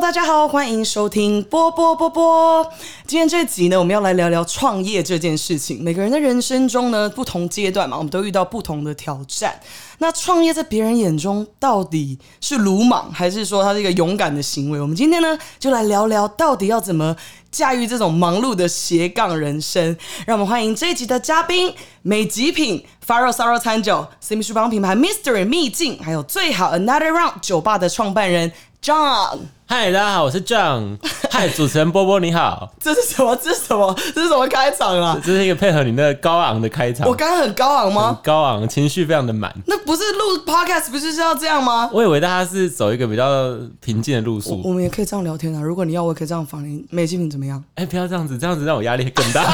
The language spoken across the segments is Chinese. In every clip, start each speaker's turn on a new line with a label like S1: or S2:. S1: 大家好，欢迎收听波波波波。今天这集呢，我们要来聊聊创业这件事情。每个人的人生中呢，不同阶段嘛，我们都遇到不同的挑战。那创业在别人眼中到底是鲁莽，还是说它是一个勇敢的行为？我们今天呢，就来聊聊到底要怎么驾驭这种忙碌的斜杠人生。让我们欢迎这一集的嘉宾美极品 Faro Saro 餐酒、Sim 书房品牌 Mystery 秘境，还有最好 Another Round 酒吧的创办人 John。
S2: 嗨，大家好，我 是 John。嗨，主持人波波你好，
S1: 这是什么？这是什么？这是什么开场啊？
S2: 这是一个配合你那高昂的开场嗯
S1: 我，刚刚很高昂
S2: 很
S1: 吗？
S2: 高昂，情绪非常的满。
S1: 那不是录 podcast 不是是要这样吗？
S2: 我以为大家是走一个比较平静的路
S1: 我
S2: 数，
S1: 我们也可以这样聊天啊。如果你要，我也可以这样访你。美极品怎么样？
S2: 哎、不要这样子，这样子让我压力更大。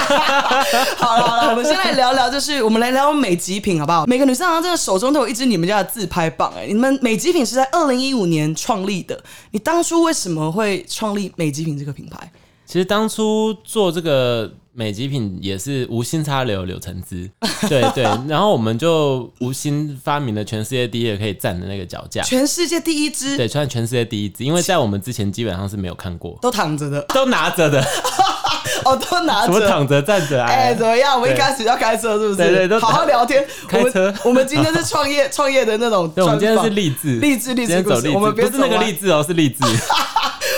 S1: 好了好了，我们先来聊聊，就是我们来聊美极品好不好？每个女生好像真的手中都有一支你们家的自拍棒哎、你们美极品是在二零一五年创立的，你当初为什么会创立美极品这个品牌？
S2: 其实当初做这个美极品也是无心插柳柳橙汁，对 对。然后我们就无心发明了全世界第一个可以站的那个脚架，
S1: 全世界第一支
S2: 啊对，穿全世界第一支，因为在我们之前基本上是没有看过，
S1: 都躺着的
S2: 都拿 着的，
S1: 哦，都拿
S2: 什么
S1: 着。
S2: 躺着站着啊？
S1: 哎、怎么样？我们一
S2: 对
S1: 开始要开车是不是？
S2: 对对都
S1: 好好聊天。
S2: 开
S1: 我们
S2: 车
S1: 我们今天是创 业创业的那种
S2: 对，我
S1: 专
S2: 们今天
S1: 访
S2: 是。励志，
S1: 励志励志
S2: 今天
S1: 故事
S2: 走励志，
S1: 我们
S2: 不
S1: 别
S2: 是那
S1: 走
S2: 个
S1: 歪
S2: 励志哦，是励志。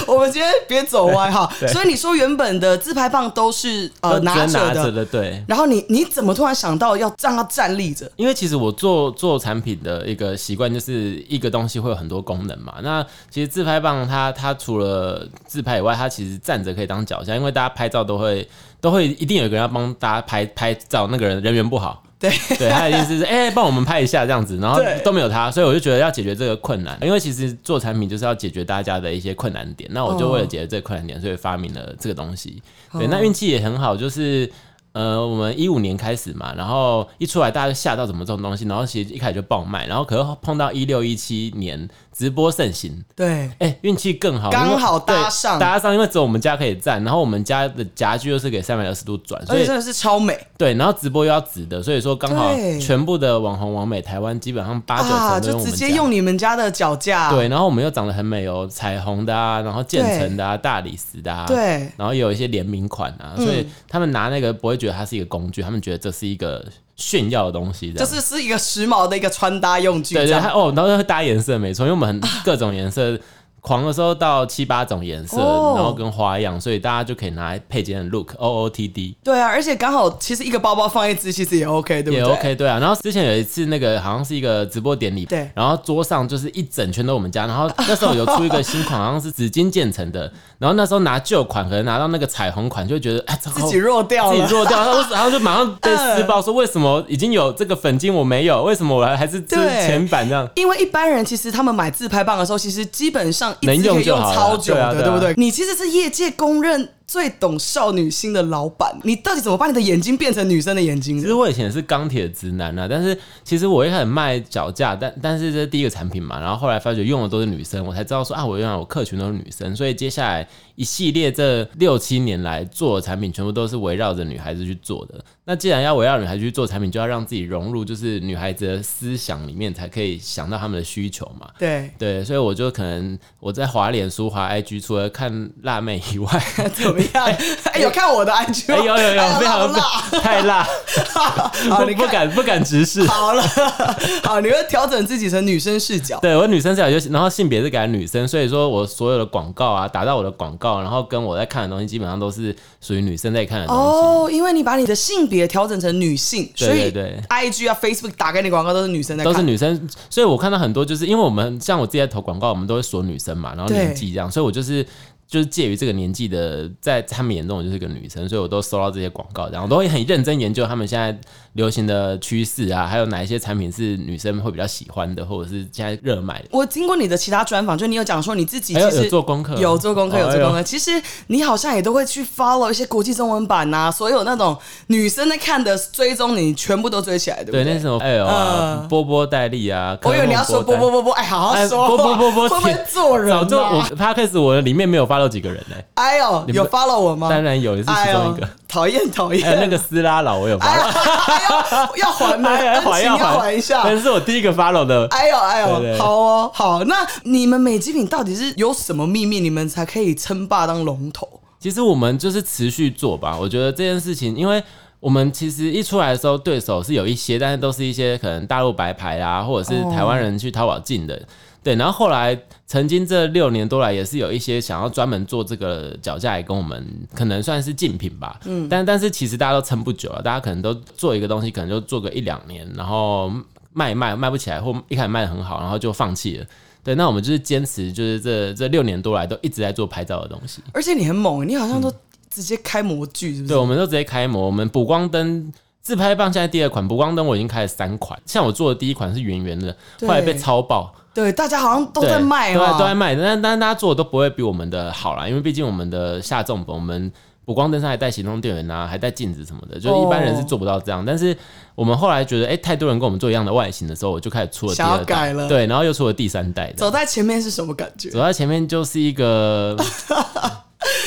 S1: 我们今天别走歪哈。
S2: 对
S1: 所以你说原本的自拍棒都是呃
S2: 都只能
S1: 着
S2: 拿
S1: 的，
S2: 的，对。
S1: 然后你你怎么突然想到要让它站立着？
S2: 因为其实我做做产品的一个习惯，就是一个东西会有很多功能嘛。那其实自拍棒它它除了自拍以外，它其实站着可以当脚架，因为大家拍照都会都会一定有一个人要帮大家拍拍照，那个人人缘不好，
S1: 对，
S2: 对他一定是哎，帮、我们拍一下这样子，然后
S1: 对
S2: 都没有他，所以我就觉得要解决这个困难，因为其实做产品就是要解决大家的一些困难点。那我
S1: 哦
S2: 就为了解决这个困难点，所以发明了这个东西。对，那运气也很好，就是呃，我们一五年开始嘛，然后一出来大家就吓到怎么这种东西，然后其实一开始就爆卖，然后可是碰到一六一七年直播盛行，
S1: 对，
S2: 哎、运气更好，
S1: 刚
S2: 因为
S1: 好搭
S2: 对
S1: 上
S2: 搭上，因为只有我们家可以站，然后我们家的夹具又是给三百六十度转，
S1: 而
S2: 所以
S1: 且真的是超美，
S2: 对，然后直播又要直的，所以说刚好
S1: 对
S2: 全部的网红、网美，台湾基本上八九
S1: 啊，
S2: 成都
S1: 就
S2: 我
S1: 直
S2: 们家。
S1: 接用你们家的脚架，
S2: 对，然后我们又长得很美哦，彩虹的啊，然后建成的啊，大理石的啊，
S1: 对嗯
S2: 然后也有一些联名款啊，所以他们拿那个不会觉得它是一个工具，他们觉得这是一个炫耀的东西，这
S1: 就
S2: 样
S1: 是是一个时髦的一个穿搭用具，
S2: 对
S1: 这
S2: 对，
S1: 样
S2: 它哦，然后会搭颜色没错，因为我们很各种颜色。狂的时候到七八种颜色，
S1: 哦
S2: 然后跟花样，所以大家就可以拿来配今天的 look O O T D。
S1: 对啊，而且刚好其实一个包包放一只，其实也 OK，对不对
S2: 也 OK，对啊。然后之前有一次那个好像是一个直播典礼，
S1: 对
S2: 然后桌上就是一整圈都我们家，然后那时候有出一个新款，好像是紫金渐层的，然后那时候拿旧款，可能拿到那个彩虹款，就会觉得哎，这
S1: 自己弱掉
S2: 自己
S1: 了。
S2: 弱掉，然后然后就马上被施暴，说为什么已经有这个粉晶我没有，为什么我还还是就是
S1: 对
S2: 前版这样？
S1: 因为一般人其实他们买自拍棒的时候，其实基本上一支
S2: 能
S1: 可以
S2: 用就好了
S1: 超久的，
S2: 对啊对啊
S1: 对不对？你其实是业界公认最懂少女心的老板，你到底怎么把你的眼睛变成女生的眼睛
S2: 其
S1: 的？
S2: 实我以前也是钢铁直男啊，但是其实我也很卖脚架，但但是这是第一个产品嘛，然后后来发觉用的都是女生，我才知道说啊，我原来我客群都是女生，所以接下来一系列这六七年来做的产品，全部都是围绕着女孩子去做的。那既然要围绕女孩子去做产品，就要让自己融入就是女孩子的思想里面，才可以想到她们的需求嘛。
S1: 对，
S2: 对，所以我就可能我在滑脸书、滑 IG，除了看辣妹以外，
S1: 怎么样？哎，有看我的 IG
S2: 哎
S1: 吗？
S2: 呦呦呦，
S1: 哎
S2: 非常
S1: 辣
S2: 太辣，
S1: 好，
S2: 不
S1: 啊你
S2: 不
S1: 看
S2: 敢不敢直视。
S1: 好了， 好，你会调整自己成女生视角。
S2: 对我女生视角就是，然后性别是给她女生，所以说我所有的广告啊，打到我的广告，然后跟我在看的东西，基本上都是属于女生在看的东西。
S1: 哦，因为你把你的性别调整成女性，
S2: 对
S1: 所以
S2: 对
S1: IG 啊、Facebook 打给你广告都是女生在看，
S2: 都是女生，所以我看到很多，就是因为我们像我自己在投广告，我们都会锁女生嘛，然后
S1: 对
S2: 年纪这样，所以我就是就是介于这个年纪的，在他们眼中我就是个女生，所以我都收到这些广告，然后我都会很认真研究他们现在流行的趋势啊，还有哪一些产品是女生会比较喜欢的，或者是现在热卖的。
S1: 我听过你的其他专访，就你有讲说你自己
S2: 哎呦
S1: 其实
S2: 有做功课
S1: 有做功课，
S2: 哦
S1: 有做功课。
S2: 哎
S1: 其实你好像也都会去 follow 一些国际中文版呐，所有那种女生在看的追踪，你全部都追起来，对不
S2: 对，
S1: 对？
S2: 那什么，哎呦、啊，
S1: 嗯
S2: 波波戴利啊，
S1: 我以为你要
S2: 科
S1: 说
S2: 莫
S1: 波
S2: 波
S1: 波波波，哎，好好
S2: 哎
S1: 说话，
S2: 波波 波波
S1: 会不会
S2: 天
S1: 做人、啊？
S2: 早就我 podcast 我的里面没有发 follow 几个人呢、
S1: 哎呦，
S2: 你们
S1: 有 follow 我吗？
S2: 当然有，也是其中一个。
S1: 啊哎呦，讨厌讨厌
S2: 还有那个斯拉佬，我有 follow。
S1: 哎呦， 要还吗？
S2: 哎
S1: 恩情要还
S2: 还
S1: 一下。
S2: 但是我第一个 follow 的，
S1: 哎呦哎
S2: 对
S1: 呦，
S2: 对
S1: 好哦好，那你们美极品到底是有什么秘密，你们才可以称霸当龙头？
S2: 其实我们就是持续做吧。我觉得这件事情，因为我们其实一出来的时候，对手是有一些，但是都是一些可能大陆白牌啊，或者是台湾人去淘宝进的。对，然后后来曾经这六年多来，也是有一些想要专门做这个脚架，也跟我们可能算是竞品吧。嗯，但但是其实大家都撑不久了，大家可能都做一个东西，可能就做个一两年，然后卖一卖卖不起来，或一开始卖的很好，然后就放弃了。对，那我们就是坚持，就是这这六年多来都一直在做拍照的东西。
S1: 而且你很猛，你好像
S2: 嗯
S1: 都直接开模具，是不是？
S2: 对，我们都直接开模。我们补光灯自拍棒现在第二款，补光灯我已经开了三款。像我做的第一款是圆圆的，
S1: 对
S2: 后来被超爆，
S1: 对，大家好像都
S2: 对
S1: 在卖哦
S2: 对，
S1: 嘛，
S2: 都在卖。但但大家做的都不会比我们的好啦，因为毕竟我们的下重本，我们补光灯上还带行动电源啊，还带镜子什么的，就一般人是做不到这样。但是我们后来觉得，哎、太多人跟我们做一样的外形的时候，我就开始出了第
S1: 想要
S2: 二代，
S1: 改了
S2: 对，然后又出了第三代这样。
S1: 走在前面是什么感觉？
S2: 走在前面就是一 个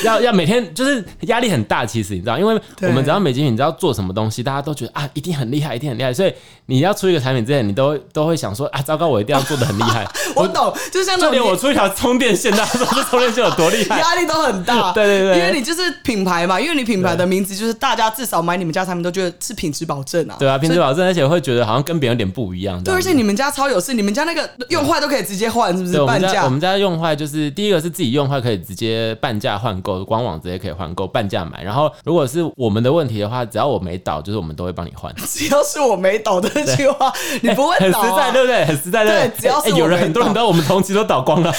S2: 要要每天就是压力很大，其实你知道，因为
S1: 对
S2: 我们只要美极品，你知道做什么东西，大家都觉得啊，一定很厉害，一定很厉害，所以你要出一个产品之前，你都都会想说啊，糟糕，我一定要做的很厉害。
S1: 我懂，就像那
S2: 就
S1: 种
S2: 连我出一条充电线，大家都说这充电线有多厉害。
S1: 压力都很大，
S2: 对对对
S1: 因为你就是品牌嘛，因为你品牌的名字就是大家至少买你们家产品都觉得是品质保证啊，
S2: 对啊，平时保证，而且会觉得好像跟别人有点不一样。这
S1: 对，
S2: 样
S1: 而
S2: 子
S1: 且你们家超有事，你们家那个用坏都可以直接换，是不是
S2: 对，我
S1: 半
S2: 们家
S1: 价
S2: 我？们家用坏就是第一个是自己用坏可以直接半价换购，官网直接可以换购半价买。然后如果是我们的问题的话，只要我没倒，就是我们都会帮你换。
S1: 只 要是我没倒这句 话，你不会
S2: 很
S1: 倒、
S2: 实在，
S1: 啊。
S2: 对不对？很实在，对不
S1: 对只要是
S2: 哎
S1: 我
S2: 有人
S1: 没
S2: 很多人
S1: 倒
S2: 都我们同期都 倒光了，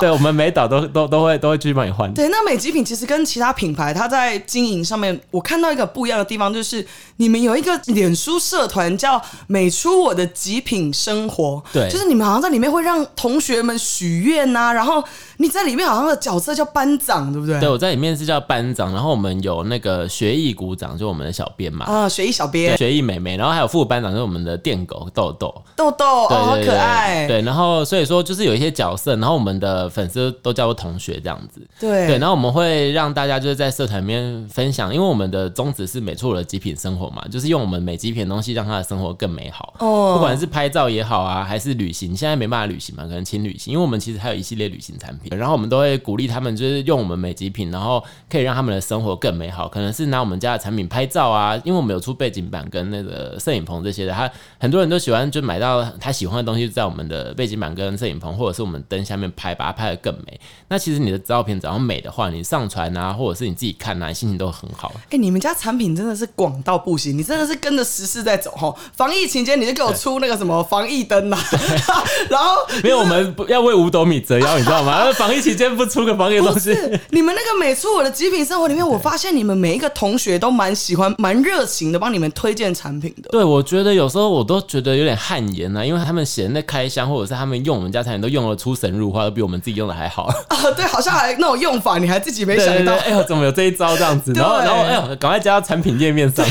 S2: 对，我们没倒都都都会都会继续帮你换。
S1: 对，那美极品其实跟其他品牌，它在经营上面，我看到一个不一样的地方，就是你们有一个脸书社团叫“美出我的极品生活”，
S2: 对
S1: 就是你们好像在里面会让同学们许愿呐，然后你在里面好像的角色叫班长，对不对？
S2: 对，我在里面是叫班长，然后我们有那个学艺股长，就我们的小编嘛，
S1: 啊，学艺小
S2: 对
S1: 编
S2: 学艺妹妹，然后还有副班长，就是我们的电狗豆豆，
S1: 豆豆哦，好
S2: 对对对
S1: 可爱，
S2: 对，然后所以说就是有一些角色，然后我们的粉丝都叫我同学这样子。对，
S1: 对
S2: 然后我们会让大家就是在社团里面分享，因为我们的宗旨是美出我的极品生活嘛，就是用我们美极品的东西让他的生活更美好。
S1: 哦
S2: 不管是拍照也好啊，还是旅行，现在没办法旅行嘛，可能轻旅行，因为我们其实还有一系列旅行产品，然后我们都会鼓励他们就是用我们美极品，然后可以让他们的生活更美好，可能是拿我们家的产品拍照啊，因为我们有出背景板跟那个摄影棚这些的，他很多人都喜欢就买到他喜欢的东西，在我们的背景板跟摄影棚或者是我们灯下面拍，把它拍得更美。那其实你的照片只要美的话，你上传啊，或者是你自己看啊，心情都很好。
S1: 哎、你们家产品真的是广到不行，你真的是跟着时事在走哈。防疫期间你就给我出那个什么防疫灯呐、啊， 然后
S2: 没有，我们不要为五斗米折腰，你知道吗？防疫期间不出个防疫的东西，
S1: 你们那个每次我的极品生活里面，我发现你们每一个同学都蛮喜欢、蛮热情的，帮你们推荐产品的。
S2: 对，我觉得有时候我都觉得有点汗颜啊呐、因为他们嫌那开箱，或者是他们用我们家产品都用了出神入化，都比我们自己用的还好。
S1: 啊，对，好像还那种用法，你还自己没
S2: 对对
S1: 想
S2: 对，
S1: 到
S2: 哎呦，怎么有这一招 这样子？然后
S1: 对
S2: 然后哎呦，赶快加到产品页面上。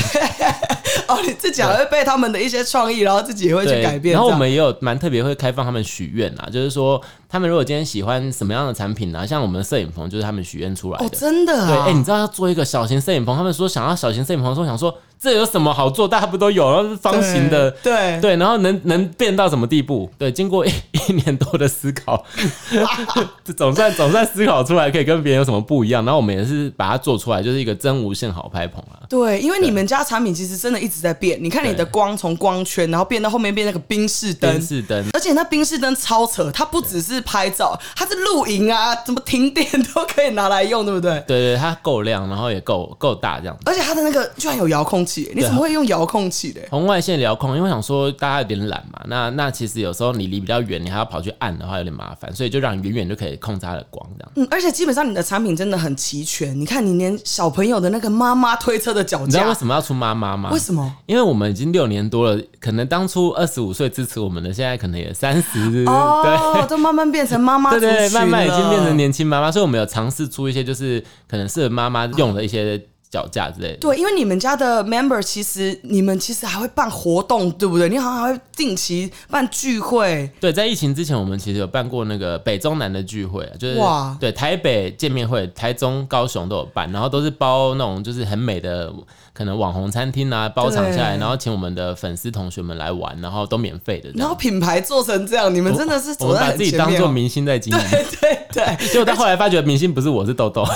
S1: 哦，你自己还会被他们的一些创意，然后自己也 会去
S2: 对，
S1: 改变。
S2: 然
S1: 这
S2: 后我
S1: 样
S2: 们也有蛮特别会开放他们许愿啊，就是说他们如果今天喜欢什么样的产品啊，像我们的摄影棚就是他们许愿出来
S1: 哦，
S2: 的。
S1: 真的
S2: 对，哎、
S1: 啊，
S2: 你知道要做一个小型摄影棚，他们说想要小型摄影棚的时候，我想说这有什么好做？大家不都有，然后是方形的，
S1: 对
S2: 对，然后能能变到什么地步？对，经过一一年多的思考， 总算总算思考出来可以跟别人有什么不一样。然后我们也是把它做出来，就是一个真无线好拍棚啊。
S1: 对，因为你们家产品其实真的一直在变。你看你的光从光圈，然后变到后面变那个冰室灯
S2: 灯。是灯，
S1: 而且那冰室灯超扯，它不只是拍照，它是露营啊，怎么停电都可以拿来用，对不对？
S2: 对对，它够亮，然后也够够大这样子。
S1: 而且它的那个居然有遥控
S2: 啊
S1: 器，你怎么会用遥控器的？
S2: 红外线遥控，因为我想说大家有点懒嘛，那那其实有时候你离比较远，你还要跑去按的话有点麻烦，所以就让你远远就可以控制它的光这样。
S1: 嗯，而且基本上你的产品真的很齐全，你看你连小朋友的那个妈妈推车的脚
S2: 你知道为
S1: 架，
S2: 什么要出妈妈吗？
S1: 为什 么？
S2: 因为我们已经六年多了，可能当初二十五岁支持我们的，现在可能也三十、
S1: 哦，都慢慢变成妈妈
S2: 对
S1: 族群
S2: 对对，慢慢已经变成
S1: 你
S2: 年轻妈妈，所以我们有尝试出一些就是可能适合妈妈用的一些脚架之类的。
S1: 对，因为你们家的 member 其实你们其实还会办活动，对不对？你好像还会定期办聚会，
S2: 对，在疫情之前，我们其实有办过那个北中南的聚会，啊就是
S1: 哇
S2: 对台北见面会、台中、高雄都有办，然后都是包那种就是很美的可能网红餐厅啊，包场下来，
S1: 对
S2: 然后请我们的粉丝同学们来玩，然后都免费的这
S1: 然
S2: 样。
S1: 后品牌做成这样，你们真的是
S2: 我
S1: 走
S2: 们
S1: 在
S2: 把
S1: 很
S2: 自己
S1: 前
S2: 当
S1: 面
S2: 做
S1: 哦。
S2: 明星在经营，
S1: 对对对，
S2: 结果到后来发觉明星不是我 是豆豆，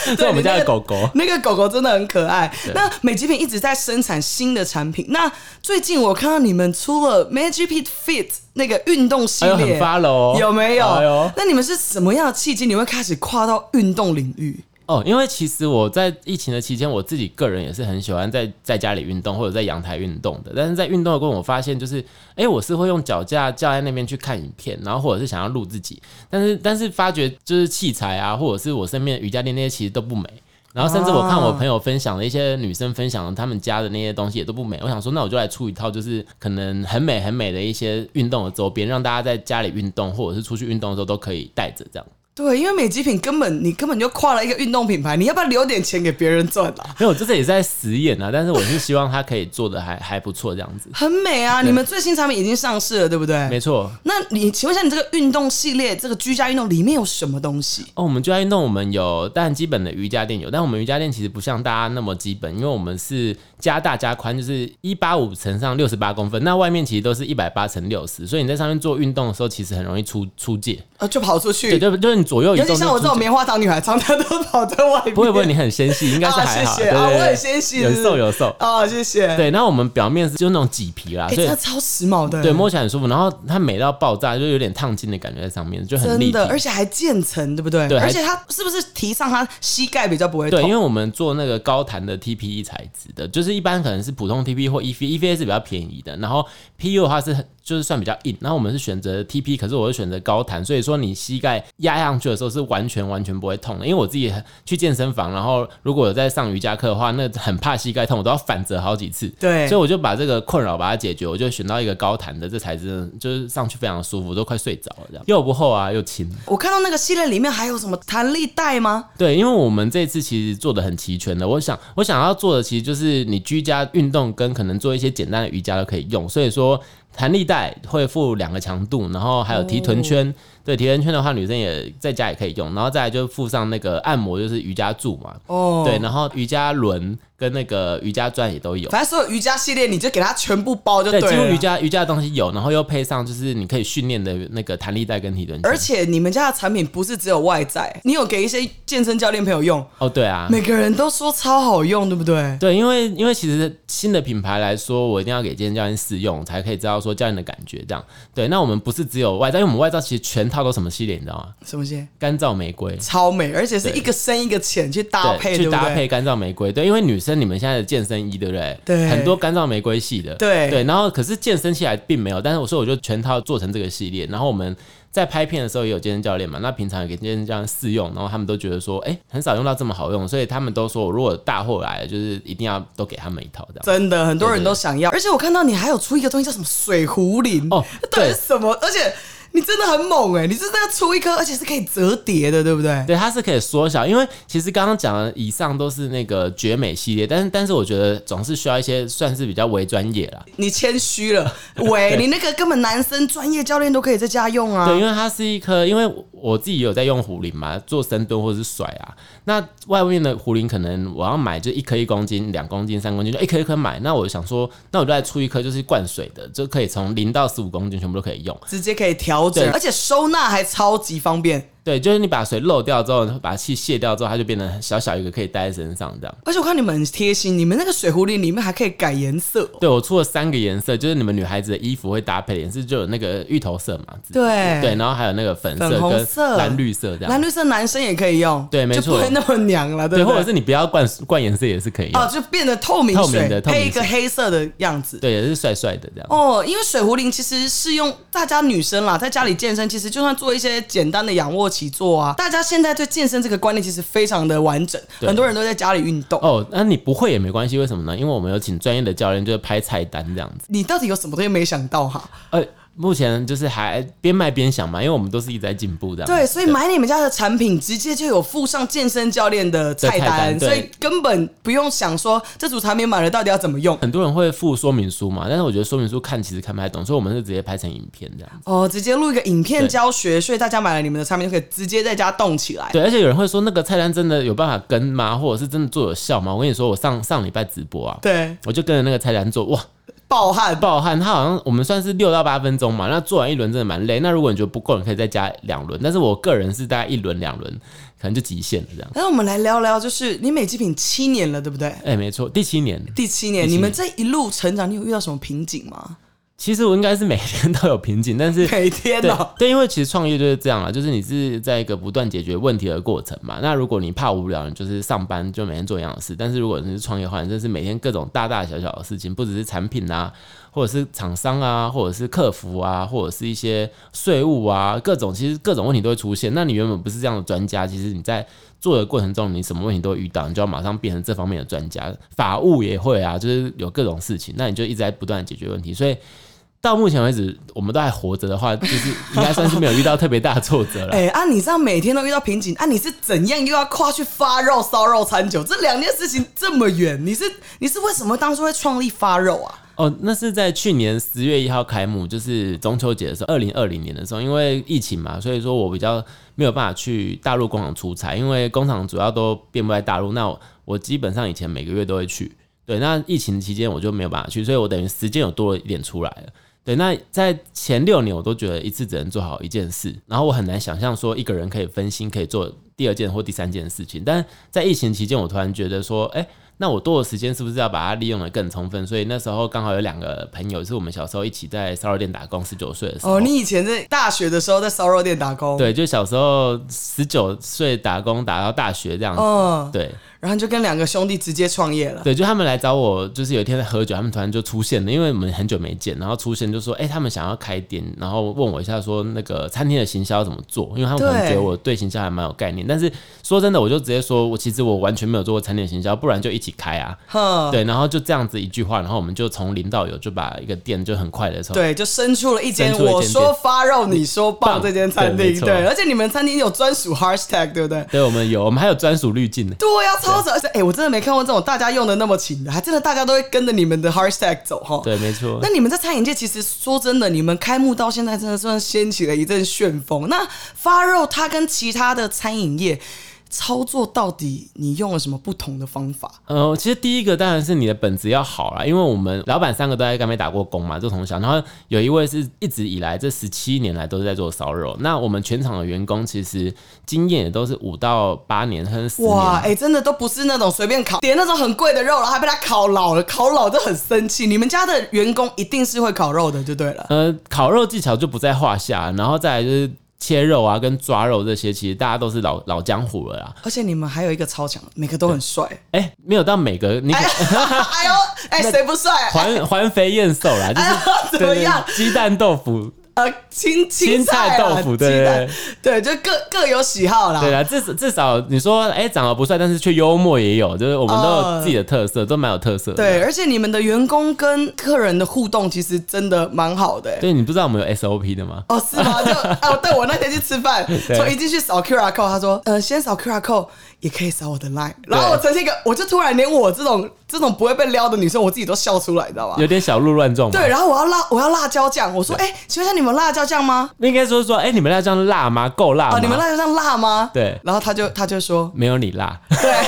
S2: 是
S1: 对
S2: 我们家
S1: 你那个
S2: 的狗狗。
S1: 那个狗狗真的很可爱。那美极品一直在生产新的产品。那最近我看到你们出了 Magic Pit Fit 那个运动系
S2: 哎呦，很
S1: 列，
S2: 发了哦，
S1: 有没有？
S2: 哎呦
S1: 那你们是什么样的契机，你会开始跨到运动领域？
S2: 哦，因为其实我在疫情的期间，我自己个人也是很喜欢在在家里运动或者在阳台运动的。但是在运动的过程，我发现就是，哎、我是会用脚架架在那边去看影片，然后或者是想要录自己，但是但是发觉就是器材啊，或者是我身边的瑜伽垫那些其实都不美。然后甚至我看我朋友分享的一些女生分享他们家的那些东西也都不美，我想说那我就来出一套就是可能很美很美的一些运动的周边，让大家在家里运动或者是出去运动的时候都可以带着这样。
S1: 对，因为美极品根本你根本就跨了一个运动品牌，你要不要留点钱给别人赚啊？
S2: 没有，这是也在实验啊，但是我是希望它可以做的还 还不错这样子。
S1: 很美啊！你们最新产品已经上市了，对不对？
S2: 没错，
S1: 那你请问一下，你这个运动系列，这个居家运动里面有什么东西？
S2: 哦，我们就在运动，我们有，但基本的瑜伽垫有，但我们瑜伽垫其实不像大家那么基本，因为我们是加大加宽，就是一八五乘上六十八公分，那外面其实都是一百八乘六十，所以你在上面做运动的时候，其实很容易出出界，
S1: 呃，就跑出
S2: 对，
S1: 去，
S2: 就就是你左右移
S1: 尤
S2: 动就
S1: 其像我
S2: 出
S1: 这种
S2: 界。
S1: 棉花糖女孩，常常都跑在外面。
S2: 不会不会，你很纤细，应该是还好，
S1: 啊谢
S2: 对
S1: 谢啊
S2: 对对
S1: 我很纤细
S2: 有
S1: 是不是
S2: 瘦有瘦。
S1: 啊，谢谢。
S2: 对，那我们表面是就是那种麂皮啦，
S1: 哎、
S2: 所以
S1: 真的超时髦的，
S2: 对摸起来很舒服，然后它美到爆炸，就有点烫金的感觉在上面，就很
S1: 真
S2: 立体
S1: 的，。而且还渐层，对不对？
S2: 对还
S1: 而且它是不是提倡它膝盖比较不会
S2: 对，因
S1: 痛？
S2: 为我们做那个高弹的 TPE 材质的，就是一般可能是普通 TPE 或 E EVA，EVA 是比较便宜的，然后 PU 的话是很就是算比较硬，然后我们是选择 TP，可是我是选择高弹，所以说你膝盖压上去的时候是完全完全不会痛的，因为我自己去健身房，然后如果有在上瑜伽课的话，那很怕膝盖痛，我都要反折好几次。
S1: 对
S2: 所以我就把这个困扰把它解决，我就选到一个高弹的，这材质真的就是上去非常舒服，都快睡着了，这样又不厚啊又轻。
S1: 我看到那个系列里面还有什么弹力带吗？
S2: 对，因为我们这次其实做的很齐全的，我想我想要做的其实就是你居家运动跟可能做一些简单的瑜伽都可以用，所以说弹力带会附两个强度，然后还有提
S1: 哦
S2: 臀圈，对提臀圈的话女生也在家也可以用，然后再来就附上那个按摩就是瑜伽柱嘛，
S1: 哦，
S2: 对，，然后瑜伽轮跟那个瑜伽砖也都有。
S1: 反正所有瑜伽系列你就给它全部包就
S2: 对，
S1: 了。
S2: 几乎瑜伽瑜伽的东西有，然后又配上就是你可以训练的那个弹力带跟提臀圈。
S1: 而且你们家的产品不是只有外在，你有给一些健身教练朋友用，
S2: 哦，对啊，
S1: 每个人都说超好用，对不对？
S2: 对，因为因为其实新的品牌来说，我一定要给健身教练试用，才可以知道说教练的感觉这样。对，那我们不是只有外在，因为我们外罩其实全套都什么系列，你知道吗？
S1: 什么些
S2: 干燥玫瑰。
S1: 超美，而且是一个深一个浅去搭配，
S2: 对，去
S1: 不
S2: 搭
S1: 对？
S2: 配干燥玫瑰，对，因为女生你们现在的健身衣，对不对？
S1: 对
S2: 很多干燥玫瑰系的，
S1: 对
S2: 对。然后可是健身器材并没有，但是我说我就全套做成这个系列。然后我们在拍片的时候也有健身教练嘛，那平常也给健身教练试用，然后他们都觉得说，哎、很少用到这么好用，所以他们都说我如果大货来了，就是一定要都给他们一套这样。
S1: 真的，很多人都想要。而且我看到你还有出一个东西叫什么水壶铃
S2: 哦
S1: 到底
S2: 对
S1: 是什么？而且你真的很猛哎、你真的要出一颗，而且是可以折叠的，对不对？
S2: 对，它是可以缩小，因为其实刚刚讲的以上都是那个绝美系列，但是但是我觉得总是需要一些算是比较为专业啦。
S1: 你谦虚了， 喂，你那个根本男生专业教练都可以在家用啊。
S2: 对，因为它是一颗，因为我自己有在用壶铃嘛，做深蹲或者是甩啊。那外面的壶铃可能我要买就一颗一公斤、两公斤、三公斤，就一颗一颗买。那我想说，那我就来出一颗就是灌水的，就可以从零到十五公斤全部都可以用。
S1: 直接可以调整
S2: 对，
S1: 而且收纳还超级方便。
S2: 对，就是你把水漏掉之后，把气卸掉之后，它就变得小小一个可以带在身上这样。
S1: 而且我看你们很贴心，你们那个水壶铃里面还可以改颜色哦、
S2: 对我出了三个颜色，就是你们女孩子的衣服会搭配的颜色，就有那个芋头色嘛，
S1: 对
S2: 对，然后还有那个粉色
S1: 粉红
S2: 跟
S1: 色
S2: 蓝绿色这样，
S1: 蓝绿色男生也可以用，
S2: 啊对没
S1: 就不
S2: 错
S1: 会那么娘了，
S2: 对，
S1: 不
S2: 或
S1: 对？
S2: 者是你不要灌灌颜色也是可以的，
S1: 哦，就变得透明
S2: 透
S1: 水，
S2: 明的透明
S1: 配一个
S2: 水
S1: 黑色的样子。
S2: 对，也是帅帅的这样。
S1: 哦，因为水壶铃其实适用大家女生啦，在家里健身，其实就算做一些简单的仰卧起坐啊，大家现在对健身这个观念其实非常的完整，
S2: 对
S1: 很多人都在家里运动。
S2: 哦，那你不会也没关系，为什么呢？因为我们有请专业的教练，就是拍菜单这样子。
S1: 你到底有什么东西没想到哈？
S2: 呃，目前就是还边卖边想嘛，因为我们都是一直在进步的。
S1: 对，所以买你们家的产品，直接就有附上健身教练的菜
S2: 的菜单对
S1: 所以根本不用想说这组产品买了到底要怎么用。
S2: 很多人会附说明书嘛，但是我觉得说明书看其实看不太懂，所以我们是直接拍成影片这样。
S1: 哦，直接录一个影片
S2: 对
S1: 教学，所以大家买了你们的产品就可以直接在家动起来。
S2: 对，而且有人会说那个菜单真的有办法跟吗？或者是真的做有效吗？我跟你说，我上上礼拜直播啊，
S1: 对，
S2: 我就跟着那个菜单做，哇，
S1: 暴汗
S2: 暴汗！它好像我们算是六到八分钟嘛，那做完一轮真的蛮累。那如果你觉得不够，你可以再加两轮，但是我个人是大概一轮两轮，可能就极限了这样。
S1: 那我们来聊聊，就是你美极品七年了，对不对？
S2: 哎、没错，第七年，
S1: 第七年，你们这一路成长，你有遇到什么瓶颈吗？
S2: 其实我应该是每天都有瓶颈，但是
S1: 每天
S2: 对
S1: 哦、
S2: 对，因为其实创业就是这样啊，就是你是在一个不断解决问题的过程嘛。那如果你怕无聊，你就是上班就每天做一样的事；但是如果你是创业的话，你真是每天各种大大小小的事情，不只是产品啊，或者是厂商啊，或者是客服啊，或者是一些税务啊，各种其实各种问题都会出现。那你原本不是这样的专家，其实你在做的过程中，你什么问题都会遇到，你就要马上变成这方面的专家。法务也会啊，就是有各种事情，那你就一直在不断地解决问题，所以。到目前为止，我们都还活着的话，就是应该算是没有遇到特别大的挫折 了。
S1: 哎、啊，你这样每天都遇到瓶颈，啊，你是怎样又要跨去发肉、烧肉、餐酒这两件事情这么远？你是你是为什么当初会创立发肉啊？
S2: 哦，那是在去年十月一号开幕，就是中秋节的时候，二零二零年的时候，因为疫情嘛，所以说我比较没有办法去大陆工厂出差，因为工厂主要都遍布在大陆，那我我基本上以前每个月都会去，对，那疫情期间我就没有办法去，所以我等于时间有多了一点出来了。对，那在前六年我都觉得一次只能做好一件事，然后我很难想象说一个人可以分心可以做第二件或第三件事情，但在疫情期间，我突然觉得说，哎、那我多的时间是不是要把它利用的更充分？所以那时候刚好有两个朋友，是我们小时候一起在烧肉店打工，十九岁的时候。
S1: 哦，你以前在大学的时候在烧肉店打工，，
S2: 对，就小时候十九岁打工打到大学这样子。
S1: 嗯，
S2: 对
S1: 然后你就跟两个兄弟直接创业了。
S2: 对，就他们来找我，就是有一天在喝酒，他们突然就出现了，因为我们很久没见，然后出现就说，哎、他们想要开店，然后问我一下说那个餐厅的行销要怎么做，因为他们可能
S1: 对
S2: 觉得我对行销还蛮有概念，但是说真的，我就直接说我其实我完全没有做过餐厅的行销，不然就一起开啊。
S1: 哼，
S2: 对，然后就这样子一句话，然后我们就从零到有，就把一个店就很快的从
S1: 对，就生出了一间
S2: 生出了一间
S1: 我说发肉，你说棒
S2: 棒
S1: 这间餐
S2: 对
S1: 厅
S2: 没，错
S1: 对，而且你们餐厅有专属 hashtag，对不对？
S2: 对，我们有，我们还有专属滤镜呢。
S1: 对呀、超扯！而且，哎、我真的没看过这种大家用的那么勤的，还真的大家都会跟着你们的 hashtag 走哈。
S2: 对，没错
S1: 那。你们在餐饮界，其实说真的，你们开幕到现在，真的算掀起了一阵旋风。那发肉它跟其他的餐饮业操作到底，你用了什么不同的方法？
S2: 呃，其实第一个当然是你的本质要好啦，因为我们老板三个都在干妹打过工嘛，就从小，然后有一位是一直以来这十七年来都是在做烧肉，那我们全场的员工其实经验也都是五到八年，甚至十年。
S1: 哇，哎、真的都不是那种随便烤，点那种很贵的肉，然后还被他烤老了，烤老就很生气。你们家的员工一定是会烤肉的，就对了。
S2: 呃，烤肉技巧就不在话下，然后再来就是切肉啊跟抓肉这些，其实大家都是老老江湖了啦。
S1: 而且你们还有一个超强，每个都很帅。
S2: 哎、没有到每个你可
S1: 哎呦，哎，谁不帅、啊？
S2: 环环肥燕瘦啦，就
S1: 哎呀
S2: 是
S1: 怎么样？
S2: 对对鸡蛋豆腐，
S1: 呃，青青
S2: 青
S1: 菜
S2: 菜
S1: 啦
S2: 豆腐
S1: 鸡
S2: 对
S1: 蛋对，就各各有喜好啦。
S2: 对啦，至少至少你说，哎、长得不帅，但是却幽默也有，就是我们都
S1: 哦
S2: 有自己的特色，都蛮有特色的。
S1: 对，而且你们的员工跟客人的互动其实真的蛮好的、欸。
S2: 对，你不知道我们有 SOP 的吗？
S1: 哦，是吗？就 哦，对我那天去吃饭，
S2: 对
S1: 从一进去扫 QR code，他说，呃，先扫 QR code，也可以扫我的 line。然后我呈现一个，我就突然连我这种这种不会被撩的女生，我自己都笑出来，你知道吗？
S2: 有点小鹿乱撞嘛。
S1: 对，，然后我要辣，我要辣椒酱。我说，哎、请问一下，你们辣椒酱吗？
S2: 应该说说，哎、你们辣酱辣吗？够辣吗？
S1: 哦，你们辣椒酱辣吗？
S2: 对
S1: 然后他就他就说，
S2: 没有你辣，
S1: 对，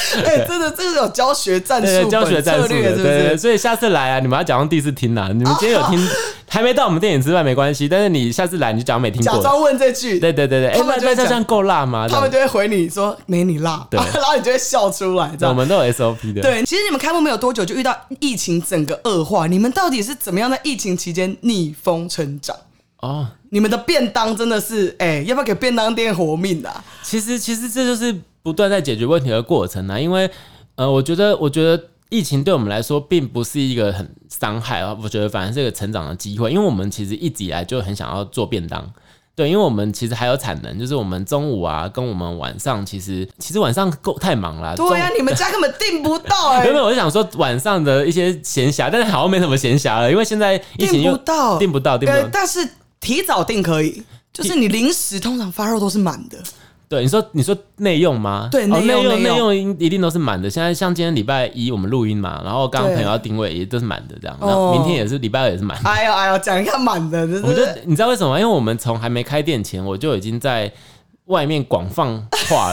S1: 哎、真的，这个有教学战术、
S2: 对对，教学战术
S1: 策
S2: 的，
S1: 略，
S2: 对
S1: 是不哦
S2: 对对，
S1: 是？
S2: 所以下次来啊，你们要假装第一次听啦、你们今天有听， 还没到我们电影之外没关系，但是你下次来你就假装没听
S1: 假
S2: 过。
S1: 装问这句，
S2: 对对对对，哎、
S1: 他们
S2: 辣
S1: 就会
S2: 辣椒酱够辣吗？这
S1: 他
S2: 样
S1: 们就会回你说没你辣，
S2: 对
S1: 然后你就会笑出来，这
S2: 我
S1: 样。
S2: 们都有 SOP 的。
S1: 对，其实你们开幕没有多久就遇到疫情整个恶化，你们到底是怎么样在疫情期间逆风成长？
S2: 哦，
S1: 你们的便当真的是，哎、要不要给便当店活命啊？
S2: 其实其实这就是不断在解决问题的过程啊，因为呃，我觉得我觉得疫情对我们来说并不是一个很伤害啊，我觉得反而是一个成长的机会，因为我们其实一直以来就很想要做便当。对，因为我们其实还有产能，就是我们中午啊，跟我们晚上，其实其实晚上够太忙啦。
S1: 对呀、啊
S2: 中
S1: 你们家根本订不到 哎、
S2: 原本我就想说晚上的一些闲暇，但是好像没什么闲暇了，因为现在疫情
S1: 订
S2: 又
S1: 不到，
S2: 订不到，订不
S1: 呃
S2: 到。
S1: 但是提早订可以，就是你临时通常发肉都是满的，
S2: 对，你说你说内用吗？
S1: 对
S2: 哦
S1: 内用
S2: 用
S1: 内
S2: 内
S1: 用
S2: 用一定都是满的。现在像今天礼拜一我们录音嘛，然后刚刚
S1: 对
S2: 朋友要定位也都是满的，这样，
S1: 哦
S2: 然后明天也是礼拜二也是满的。
S1: 哎呦哎呦，讲一下满的，真
S2: 我就是你知道为什么吗？因为我们从还没开店前，我就已经在外面广放 话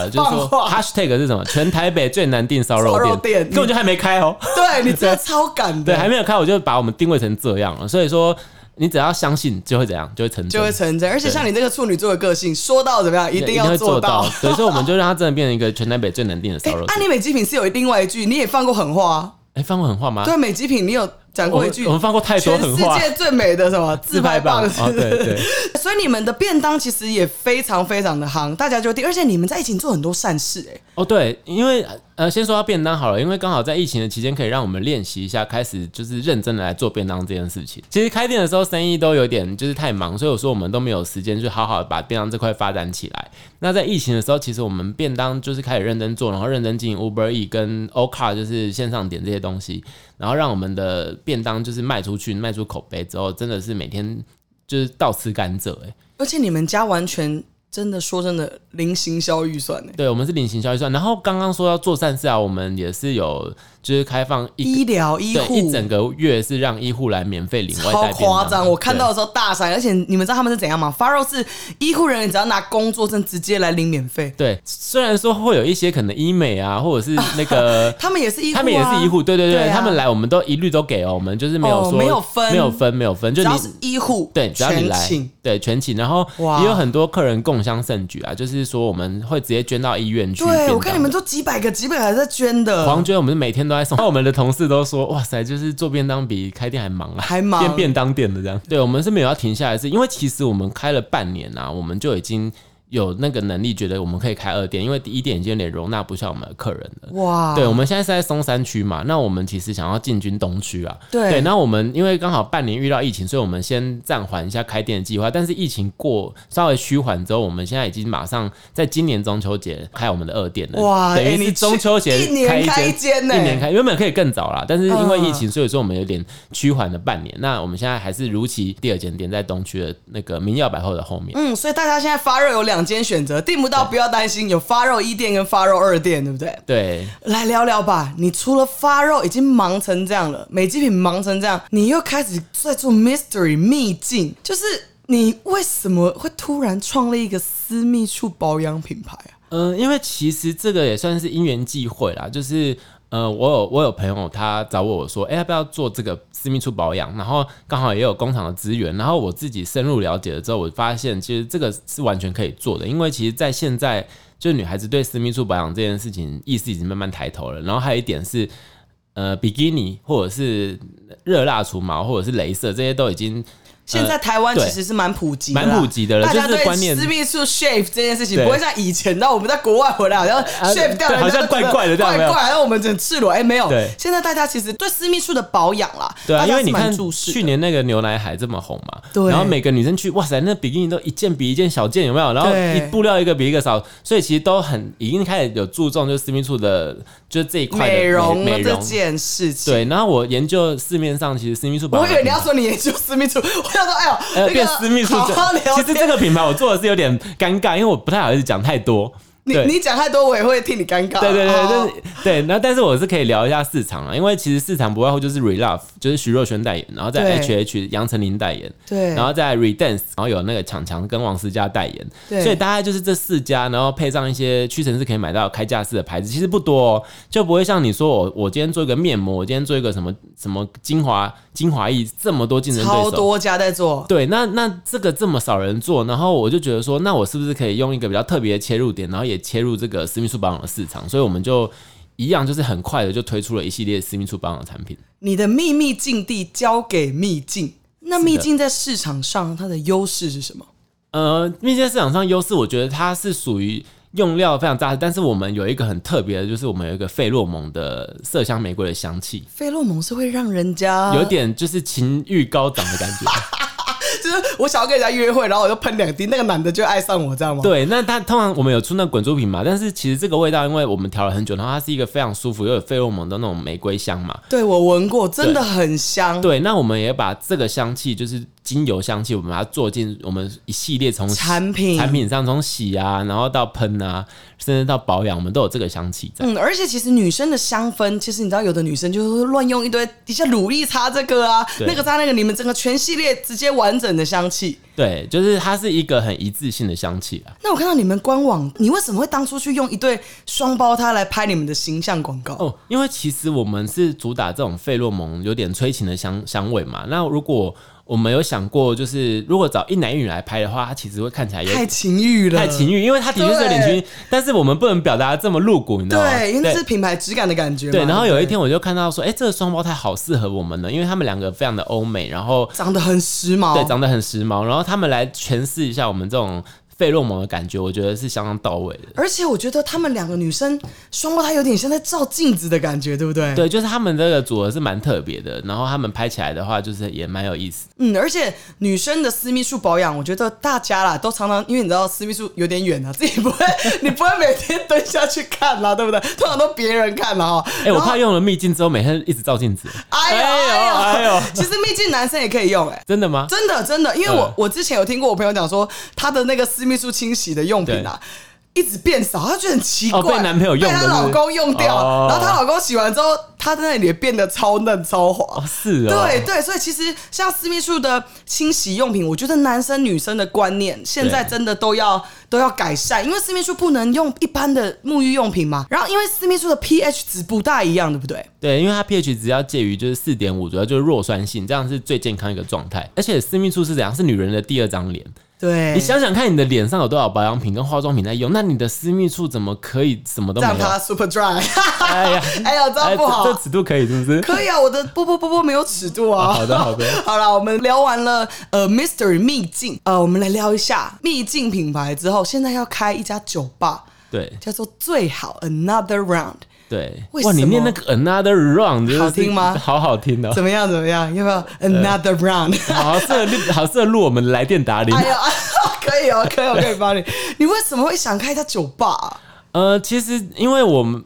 S2: 了，就是说
S1: 放话
S2: hashtag 是什么？全台北最难订烧肉
S1: 烧肉
S2: 店，
S1: 店
S2: 根本就还没开 哦。
S1: 对你真的超赶
S2: 对，
S1: 的，
S2: 还没有开，我就把我们定位成这样啊了。所以说，你只要相信，就会怎样，就会成真，
S1: 就会成真。而且像你这个处女座的个性，说到怎么样，一
S2: 一
S1: 定
S2: 会
S1: 要
S2: 做
S1: 到。。
S2: 对，所以我们就让它真的变成一个全台北最难订的
S1: 哎
S2: 烧肉，
S1: 啊，
S2: 店。
S1: 你美极品是有另外一句，你也放过狠话啊、
S2: 哎，放过狠话吗？
S1: 对，美极品你有讲
S2: 我
S1: 过一
S2: 们
S1: 句
S2: 我， 们放过太多
S1: 全
S2: 狠
S1: 世
S2: 话。
S1: 界最美的什 么自拍棒？
S2: 哦，对对。
S1: 所以你们的便当其实也非常非常的夯，大家就订，而且你们在一起做很多善事、哎，
S2: 哦，对，因为呃，先说到便当好了，因为刚好在疫情的期间，可以让我们练习一下，开始就是认真的来做便当这件事情。其实开店的时候生意都有点就是太忙，所以我说我们都没有时间去好好地把便当这块发展起来。那在疫情的时候，其实我们便当就是开始认真做，然后认真经营 Uber E 跟 o c a 就是线上点这些东西，然后让我们的便当就是卖出去，卖出口碑之后，真的是每天就是倒吃甘蔗、欸，
S1: 而且你们家完全真的说真的零行销预算呢、哎
S2: 对，我们是零行销预算。然后刚刚说要做善事啊，我们也是有就是开放一
S1: 医疗医
S2: 对
S1: 护
S2: 一整个月是让医护来免费领外
S1: 超
S2: 带便
S1: 夸
S2: 当啊
S1: 张！我看到的时候大闪，而且你们知道他们是怎样吗？Faro 是医护人员，只要拿工作证直接来领免费，
S2: 对。对，虽然说会有一些可能医美啊，或者是那个
S1: 他们也 是医护、啊，
S2: 他们也是医护，对对对，
S1: 对啊
S2: 他们来我们都一律都给哦，我们就是没有
S1: 哦
S2: 说、
S1: 没有分
S2: 没有分没有分，就
S1: 只
S2: 你
S1: 要是医护，
S2: 对，只要你
S1: 全
S2: 来
S1: 请，
S2: 对全请，然后
S1: 哇
S2: 也有很多客人共襄盛举啊，就是说我们会直接捐到医院去便当的。
S1: 对，我看你们都几百个、几百个还在捐的，
S2: 黄娟，我们是每天都在送，然后我们的同事都说，哇塞，就是做便当比开店还忙啊，
S1: 还忙
S2: 变便当店的这样。对，我们是没有要停下来的是，因为其实我们开了半年啊，我们就已经。有那个能力，觉得我们可以开二店，因为第一店已经有点容纳不下我们的客人了。
S1: 哇，
S2: 对，我们现在是在松山区嘛，那我们其实想要进军东区啊。
S1: 对
S2: 对，那我们因为刚好半年遇到疫情，所以我们先暂缓一下开店的计啊划。但是疫情过稍微趋缓之后，我们现在已经马上在今年中秋节开我们的二店了。
S1: 哇
S2: 等
S1: 哎
S2: 于
S1: 你
S2: 是
S1: 去
S2: 中秋节
S1: 一年开
S2: 一
S1: 一间呢
S2: 一年开原本可以更早啦，但是因为疫情，所以说我们有点趋缓了半年。那我们现在还是如期第二间店在东区的那个明耀百货的后面。
S1: 嗯，所以大家现在发热有两间选择，订不到不要担心，有发热一店跟发热二店，对不对？
S2: 对，
S1: 来聊聊吧。你除了发肉已经忙成这样了，美极品忙成这样，你又开始在做 mystery 秘境，就是你为什么会突然创立一个私密处保养品牌啊？
S2: 嗯，因为其实这个也算是因缘际会啦，就是呃，我有我有朋友他找我说，哎、要不要做这个私密处保养？然后刚好也有工厂的资源，然后我自己深入了解了之后，我发现其实这个是完全可以做的，因为其实，在现在就女孩子对私密处保养这件事情意识已经慢慢抬头了，然后还有一点是。呃，比基尼或者是热蜡除毛，或者是镭射，这些都已经
S1: 现在台湾
S2: 呃对
S1: 其实是蛮普及的啦，
S2: 蛮普及的了
S1: 大家
S2: 就是
S1: 对
S2: 观念
S1: 私密处 shave 这件事情
S2: 对
S1: 不会像以前，那我们在国外回来好像 shave 掉，
S2: 对好像怪怪的这样
S1: 怪
S2: 没有
S1: 怪，那我们很赤裸。哎，没有
S2: 对，
S1: 现在大家其实对私密处的保养啦，
S2: 对啊，
S1: 大
S2: 因
S1: 家
S2: 为
S1: 是
S2: 你
S1: 蛮
S2: 看
S1: 注视的
S2: 去年那个牛奶海这么红嘛，
S1: 对
S2: 然后每个女生去，哇塞，那比基尼都一件比一件小件，有没有？然后
S1: 对
S2: 一布料一个比一个少，所以其实都很已经开始有注重就是私密处的，就是这一块的
S1: 美容
S2: 美
S1: 的这
S2: 容。
S1: 件事情，
S2: 对，然后我研究市面上其实私密处保
S1: 我
S2: 养
S1: 以为
S2: 品，
S1: 你要说你研究私密处， 我想说，哎呦，
S2: 呃
S1: 那
S2: 变
S1: 个
S2: 私密处
S1: 好
S2: 这
S1: 好聊天。
S2: 其实这个品牌我做的是有点尴尬，因为我不太好意思讲太多。对
S1: 你你讲太多，我也会替你尴尬。哦
S2: 对对对，
S1: 好
S2: 就是对，然后但是我是可以聊一下市场啊，因为其实市场不外乎就是 Relove，就是徐若瑄代言，然后在
S1: 对
S2: HH 杨丞琳代言，
S1: 对
S2: 然后在 Redance，然后有那个强强跟王思佳代言，
S1: 对
S2: 所以大概就是这四家，然后配上一些屈臣氏可以买到开架式的牌子，其实不多、哦，就不会像你说我我今天做一个面膜，我今天做一个什么什么精华精华液，这么多竞争对
S1: 超
S2: 手，
S1: 多家在做，
S2: 对，那那这个这么少人做，然后我就觉得说，那我是不是可以用一个比较特别的切入点，然后也切入这个私密处保养的市场？所以我们就一样，就是很快的就推出了一系列私密处保养的产品。
S1: 你的秘密境地交给秘境，那秘境在市场上它的优势是什么？
S2: 呃，蜜饯市场上优势，我觉得它是属于用料非常扎实，但是我们有一个很特别的，就是我们有一个费洛蒙的麝香玫瑰的香气，
S1: 费洛蒙是会让人家
S2: 有点就是情欲高涨的感觉。
S1: 就就是我想要跟人家约会，然后我就喷两滴，那个男的就爱上我，这样吗？
S2: 对，那它通常我们有出那滚珠瓶嘛，但是其实这个味道，因为我们调了很久，然后它是一个非常舒服又有费洛蒙的那种玫瑰香嘛。
S1: 对，我闻过，真的很香。
S2: 对，那我们也把这个香气，就是精油香气，我们把它做进我们一系列从
S1: 产品
S2: 产品上，从洗啊，然后到喷啊，甚至到保养，我们都有这个香气在。
S1: 嗯，而且其实女生的香氛，其实你知道，有的女生就是会乱用一堆一下乳液擦这个啊，
S2: 对
S1: 那个擦那个，你们整个全系列直接完整的香气。
S2: 对，就是它是一个很一致性的香气啊。
S1: 那我看到你们官网，你为什么会当初去用一对双胞胎来拍你们的形象广告？
S2: 哦，因为其实我们是主打这种费洛蒙有点催情的香香味嘛。那如果我们有想过，就是如果找一男一女来拍的话，它其实会看起来有
S1: 太情欲了，
S2: 太情欲，因为它的确是有点情欲，但是我们不能表达得这么露骨，你知道吗？
S1: 对，因为那是品牌质感的感觉嘛。
S2: 对，然后有一
S1: 对
S2: 天我就看到说，哎、这个双胞胎好适合我们呢，因为他们两个非常的欧美，然后
S1: 长得很时髦，
S2: 对长得很时髦，然后他们来诠释一下我们这种费洛蒙的感觉，我觉得是相当到位的。
S1: 而且我觉得她们两个女生双胞胎有点像在照镜子的感觉，对不对？，
S2: 对，就是他们这个组合是蛮特别的，然后他们拍起来的话，就是也蛮有意思。
S1: 嗯，而且女生的私密处保养，我觉得大家啦都常常，因为你知道私密处有点远啊，自己不会， 你不会每天蹲下去看啦，对不对？通常都别人看啦哦。
S2: 哎、我怕用了秘境之后，每天一直照镜子。
S1: 哎呦哎
S2: 哎
S1: 呦
S2: 呦，
S1: 其实秘境男生也可以用哎、
S2: 真的吗？
S1: 真的真的，因为我、
S2: 嗯
S1: 我之前有听过我朋友讲说，他的那个私密处清洗的用品啊。一直变少，他觉得很奇怪，
S2: 哦被男朋友用
S1: 被她
S2: 的是不是
S1: 老公用掉，
S2: 哦
S1: 然后她老公洗完之后，她在那里也变得超嫩超滑
S2: 哦，。是哦。
S1: 对对，所以其实像私密处的清洗用品，我觉得男生女生的观念现在
S2: 对
S1: 真的都要都要改善，因为私密处不能用一般的沐浴用品嘛。然后因为私密处的 pH 值不大一样，对不对？
S2: 对，因为它 pH 值要介于就是四点五，主要就是弱酸性，这样是最健康一个状态。而且私密处是怎样？是女人的第二张脸。
S1: 对，
S2: 你想想看，你的脸上有多少保养品跟化妆品在用？那你的私密处怎么可以什么都没
S1: 让
S2: 有？
S1: 它 super dry，
S2: 哎呀，
S1: 哎呀，这样
S2: 哎
S1: 不好。
S2: 这这尺度可以是不 是？
S1: 可以啊，我的波波波波没有尺度啊。
S2: 啊好的好的，
S1: 好了，我们聊完了呃，Mystery 秘境，呃，我们来聊一下秘境品牌之后，现在要开一家酒吧，
S2: 对
S1: 叫做最好 Another Round，
S2: 对
S1: 为，
S2: 哇，
S1: 什
S2: 你
S1: 么
S2: 念那个 another round 就是
S1: 好听吗
S2: 好好听哦，
S1: 怎么样？怎么样？要不要
S2: 呃
S1: Another Round？
S2: 好适合录，好适合录我们来电打铃。
S1: 哎呀， 可以哦，可以 哦，可以帮你。你为什么会想开一家酒吧啊？
S2: 呃，其实因为我们，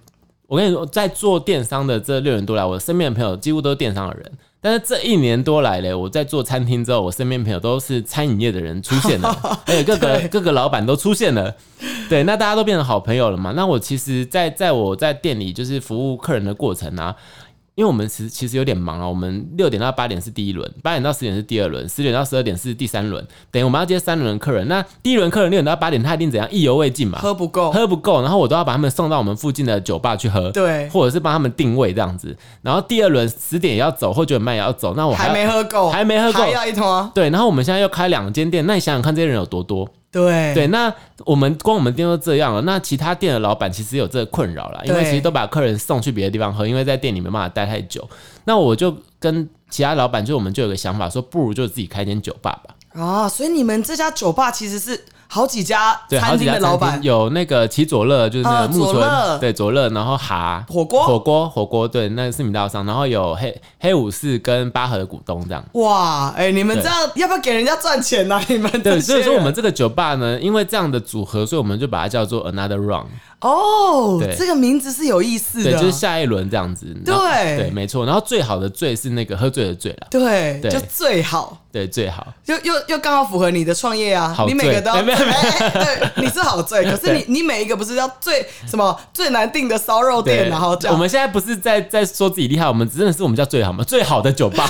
S2: 我跟你说，在做电商的这六年多来，我身边的朋友几乎都是电商的人。但是这一年多来嘞，我在做餐厅之后，我身边朋友都是餐饮业的人出现了，而且各个各个老板都出现了，对，那大家都变成好朋友了嘛。那我其实在，在我在店里就是服务客人的过程啊，因为我们其实其实有点忙啊，我们六点到八点是第一轮，八点到十点是第二轮，十点到十二点是第三轮，等于我们要接三轮的客人。那第一轮客人六点到八点，他一定怎样意犹未尽嘛，
S1: 喝不够，
S2: 喝不够，然后我都要把他们送到我们附近的酒吧去喝，
S1: 对
S2: 或者是帮他们定位这样子。然后第二轮十点也要走，或九点半也要走，那我
S1: 还
S2: 要
S1: 没喝够，
S2: 哦还没喝够
S1: 还要一通啊？
S2: 对，然后我们现在又开两间店，那你想想看这些人有多多？
S1: 对
S2: 对，那我们光我们店都这样了，那其他店的老板其实有这个困扰啦，因为
S1: 对
S2: 其实都把客人送去别的地方喝，因为在店里没办法待太久。那我就跟其他老板，就我们就有个想法，说不如就自己开间酒吧吧。
S1: 啊，所以你们这家酒吧其实是好几家
S2: 对，好
S1: 餐
S2: 几
S1: 厅
S2: 家
S1: 的老
S2: 餐
S1: 板
S2: 厅有那个齐佐乐，就是那
S1: 呃
S2: 个木
S1: 佐乐
S2: 村，对佐乐，然后哈
S1: 火锅
S2: 火锅火锅，对，那个四米大商，然后有黑黑武士跟八和的股东这样。
S1: 哇，哎、你们
S2: 对
S1: 这样要不要给人家赚钱呐、 你们这些
S2: 对，所以说我
S1: 人
S2: 们这个酒吧呢，因为这样的组合，所以我们就把它叫做呃 Another Round，
S1: 哦
S2: 对，
S1: 这个名字是有意思
S2: 对，
S1: 的，
S2: 就是下一轮这样子。然后
S1: 对
S2: 对，没错。然后最好的醉是那个喝醉的醉啦，
S1: 对
S2: 对
S1: 就最好，
S2: 对，最好。
S1: 就又又刚好符合你的创业啊
S2: 好，
S1: 你每个都要，
S2: 醉哎没有没有
S1: 哎哎对，你是好 醉，可是你你每一个不是要最什么最难订的烧肉店，
S2: 对，
S1: 然后这
S2: 我
S1: 样。
S2: 们现在不是在在说自己厉害，我们真的是我们叫最好嘛，最好的酒 吧，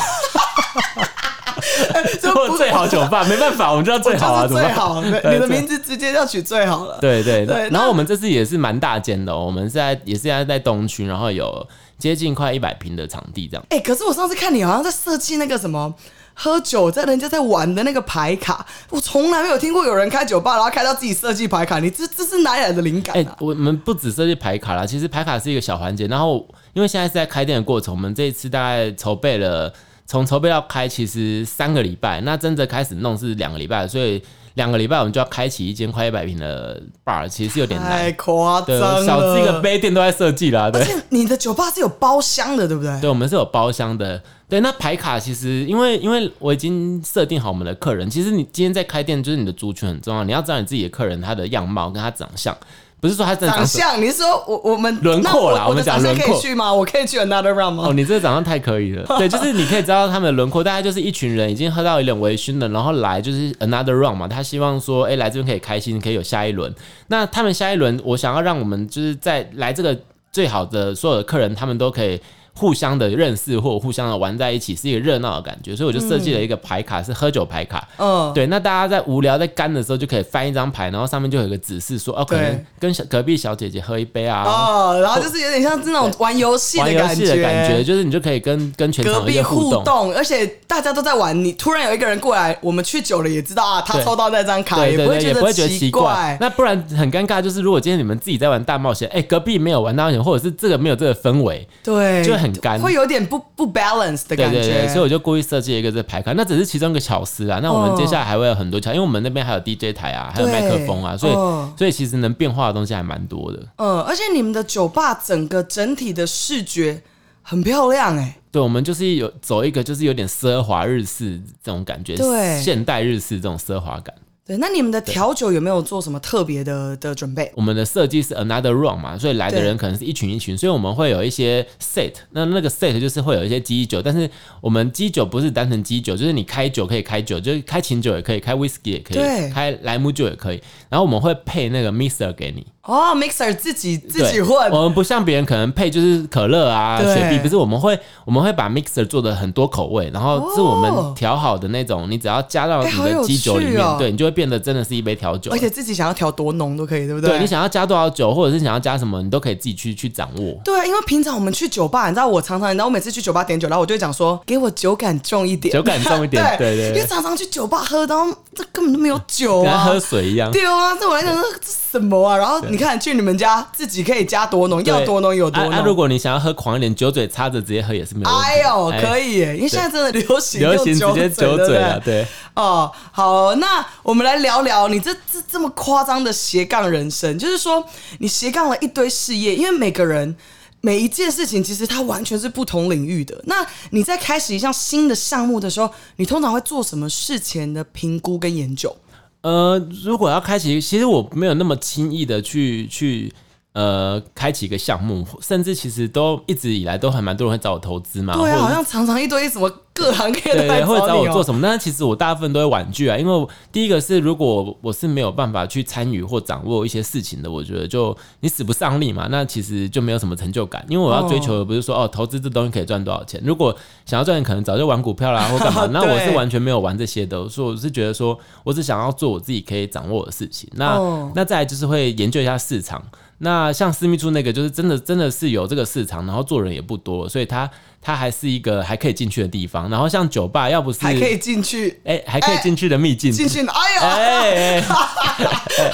S2: 做 最好酒吧，没办法，我们就要最 好啊，
S1: 就是
S2: 怎么
S1: 最
S2: 办？
S1: 好，对
S2: 对
S1: 你的
S2: 最
S1: 名字直接要取最好了。
S2: 对对
S1: 对
S2: 然
S1: 那
S2: 后我们这次也是蛮大间的、哦，我们是在也是现在在东区，然后有接近快一百平的场地这样。
S1: 哎、可是我上次看你好像在设计那个什么喝酒在人家在玩的那个牌卡，我从来没有听过有人开酒吧然后开到自己设计牌卡，你这这是哪里来的灵感
S2: 哎、
S1: 啊？
S2: 我们不只设计牌卡啦，其实牌卡是一个小环节。然后因为现在是在开店的过程，我们这一次大概筹备了，从筹备到开其实三个礼拜，那真的开始弄是两个礼拜，所以两个礼拜我们就要开启一间快一百平的 bar，其实是有点难
S1: 太。夸张
S2: 对，
S1: 了，
S2: 小资一个杯垫都在设计啦，对
S1: 而。且你的酒吧是有包厢的，对不对？
S2: 对，我们是有包厢的。对，那牌卡其实因为因为我已经设定好我们的客人，其实你今天在开店，就是你的族群很重要，你要知道你自己的客人他的样貌跟他长相，不是说他真的
S1: 长
S2: 长什么
S1: 相，你是说我我们
S2: 轮廓啦
S1: 那我
S2: 我们讲
S1: 我的长相
S2: 轮
S1: 可
S2: 廓
S1: 以去吗？我可以去 another round 吗？
S2: 哦，你这个长相太可以了。对，就是你可以知道他们的轮廓，大概就是一群人已经喝到有点微醺了，然后来就是 another round 嘛，他希望说，哎、来这边可以开心，可以有下一轮。那他们下一轮，我想要让我们就是在来这个最好的所有的客人，他们都可以。互相的认识或互相的玩在一起是一个热闹的感觉，所以我就设计了一个牌卡，是喝酒牌卡。
S1: 嗯，
S2: 对，那大家在无聊在干的时候就可以翻一张牌，然后上面就有一个指示说，哦，可能
S1: 对
S2: 跟小隔壁小姐姐喝一杯啊，
S1: 哦，然后就是有点像那种玩游戏
S2: 玩游
S1: 感
S2: 戏的感觉，就是你就可以跟跟全场
S1: 隔
S2: 有一
S1: 壁
S2: 些互
S1: 互
S2: 动。
S1: 动，而且大家都在玩，你突然有一个人过来，我们去久了也知道啊，他
S2: 对
S1: 抽到那张卡，
S2: 对对
S1: 不
S2: 对，也不会
S1: 会
S2: 觉得
S1: 奇
S2: 怪。。那不然很尴尬，就是如果今天你们自己在玩大冒险，哎、隔壁没有玩大冒险，或者是这个没有这个氛围，
S1: 对，
S2: 就很干
S1: 哎会有点不不 balance 的
S2: 对
S1: 感
S2: 对对，
S1: 觉。
S2: 所以我就故意设计了一个这牌卡，那只是其中一个巧思啊。那我
S1: 哦
S2: 们接下来还会有很多巧，因为我们那边还有 DJ 台啊，还有
S1: 对
S2: 麦克风啊，所以、
S1: 嗯
S2: 所以其实能变化的东西还蛮多的。
S1: 嗯，而且你们的酒吧整个整体的视觉很漂亮哎、
S2: 对，我们就是有走一个就是有点奢华日式这种感觉，
S1: 对
S2: 现代日式这种奢华感。
S1: 对，那你们的调酒有没有做什么特别的的准备？
S2: 我们的设计是 another round 嘛，所以来的
S1: 对
S2: 人可能是一群一群，所以我们会有一些 set，那那个 set 就是会有一些基酒，但是我们基酒不是单纯基酒，就是你开酒可以开酒，就是开琴酒也可以，开 whisky 也可
S1: 对
S2: 以，开莱姆酒也可以，然后我们会配那个 mixer 给你，
S1: 哦，mixer 自己自己
S2: 对
S1: 混，
S2: 我们不像别人可能配就是可乐啊、
S1: 对
S2: 雪碧，不是我们会我们会把 mixer 做的很多口味，然后是我
S1: 哦
S2: 们调好的那种，你只要加到
S1: 哎
S2: 你
S1: 好有
S2: 的基酒里
S1: 趣
S2: 面，
S1: 哦
S2: 对你就会变得真的是一杯调酒了
S1: 而。且自己想要调多浓都可以，对不
S2: 啊对
S1: 对
S2: 你想要加多少酒，或者是想要加什么，你都可以自己去去掌 握。
S1: 对，啊因为平常我们去酒吧，你知道我常常，你知道我每次去酒吧点酒，然后我就会讲说，给我酒感重一点，
S2: 酒感重一点对对对
S1: 因为常常去酒吧喝，然后这根本就没有酒
S2: 跟他
S1: 啊，
S2: 喝水一样，
S1: 对啊，对我来讲这这什么啊？然后你看去你们家自己可以加多浓，
S2: 对
S1: 要多浓有多浓。
S2: 啊啊如果你想要喝狂一点，酒嘴插着直接喝也是没有问题的。
S1: 哎呦，可
S2: 以，
S1: 以耶，因为现在真的流行
S2: 流
S1: 用
S2: 行直接酒
S1: 对不
S2: 嘴啊
S1: 对
S2: 了，对。
S1: 哦，好，那我们来聊聊你这这这么夸张的斜杠人生，就是说你斜杠了一堆事业，因为每个人每一件事情其实它完全是不同领域的。那你在开始一项新的项目的时候，你通常会做什么事前的评估跟研究？
S2: 呃，如果要开启，其实我没有那么轻易的去去呃开启一个项目，甚至其实都一直以来都还蛮多人会找我投资嘛，
S1: 对啊，
S2: 或
S1: 好
S2: 者是
S1: 像常常一堆什么各行各业 的
S2: 对
S1: 来
S2: 对，
S1: 找
S2: 会找
S1: 你
S2: 我
S1: 哦
S2: 做什么？但是其实我大部分都会婉拒啊，因为我第一个是如果我是没有办法去参与或掌握一些事情的，我觉得就你使不上力嘛，那其实就没有什么成就感。因为我要追求的不是说哦投资这东西可以赚多少钱，如果想要赚钱，可能早就玩股票啦或 干嘛。那我是
S1: 对
S2: 完全没有玩这些的，所以我是觉得说我只想要做我自己可以掌握的事情。那、
S1: 哦
S2: 那再来就是会研究一下市场。那像私密处那个，就是真的真的是有这个市场，然后做人也不多，所以它它还是一个还可以进去的地方。然后像酒吧，要不是
S1: 还可以进去。
S2: 哎、还可以进去的秘境，
S1: 进去，哎呀，
S2: 哎、哎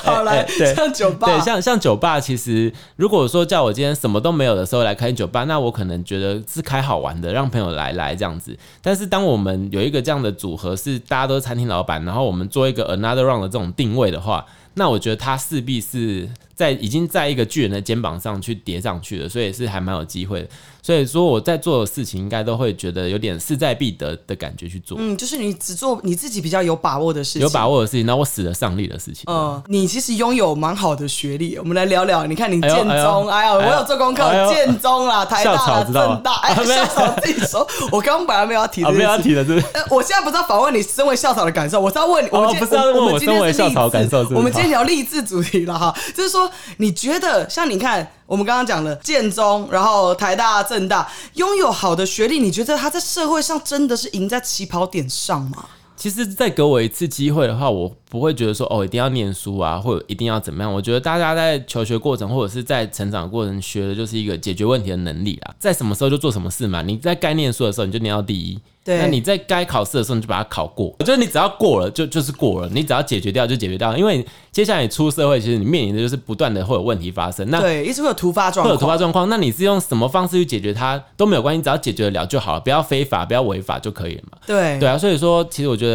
S1: 好来，
S2: 对
S1: 像酒吧，
S2: 对，像像酒吧，其实如果说叫我今天什么都没有的时候来开酒吧，那我可能觉得是开好玩的，让朋友来来这样子。但是当我们有一个这样的组合，是大家都是餐厅老板，然后我们做一个 another round 的这种定位的话，那我觉得它势必是在已经在一个巨人的肩膀上去叠上去了，所以是还蛮有机会的。所以说我在做的事情，应该都会觉得有点势在必得的感觉去做，
S1: 嗯，就是你只做你自己比较有把握的事情，
S2: 有把握的事情，那我使得上力的事情。
S1: 呃，你其实拥有蛮好的学历，我们来聊聊。你看，你
S2: 哎呦
S1: 建中，哎
S2: 哎
S1: 呀，
S2: 呦
S1: 我有做功
S2: 哎
S1: 课，
S2: 呦
S1: 建中 啦，台大
S2: 校
S1: 啦，
S2: 草知道吗
S1: 政大，哎，
S2: 啊没有
S1: 校草自己 说。我刚刚本来没有要提
S2: 啊，
S1: 这
S2: 不要
S1: 件事。
S2: 提了，是不是？
S1: 呃，我现在不是要反问你身为校草的感受，我是要问你，我们
S2: 哦
S1: 今
S2: 不是要
S1: 我
S2: 问
S1: 我
S2: 我
S1: 们今天
S2: 身为
S1: 是励
S2: 校草
S1: 志
S2: 感受是不是
S1: 我们今天聊励志主题了哈，就是说，你觉得像你看，我们刚刚讲了建中，然后台大、政大，拥有好的学历，你觉得他在社会上真的是赢在起跑点上吗？
S2: 其实再给我一次机会的话，我不会觉得说哦，一定要念书啊，或者一定要怎么样。我觉得大家在求学过程或者是在成长过程学的就是一个解决问题的能力啊，在什么时候就做什么事嘛。你在该念书的时候你就念到第一，
S1: 对
S2: 那你在该考试的时候你就把它考过。我觉得你只要过了就就是过了，你只要解决掉就解决掉，因为接下来你出社会，其实你面临的就是不断的会有问题发生。那
S1: 对，一直会有突发状
S2: 会有
S1: 况
S2: 突。发状况，那你是用什么方式去解决它都没有关系，只要解决得了就好了，不要非法，不要违法就可以了嘛。
S1: 对
S2: 对啊，所以说其实我觉得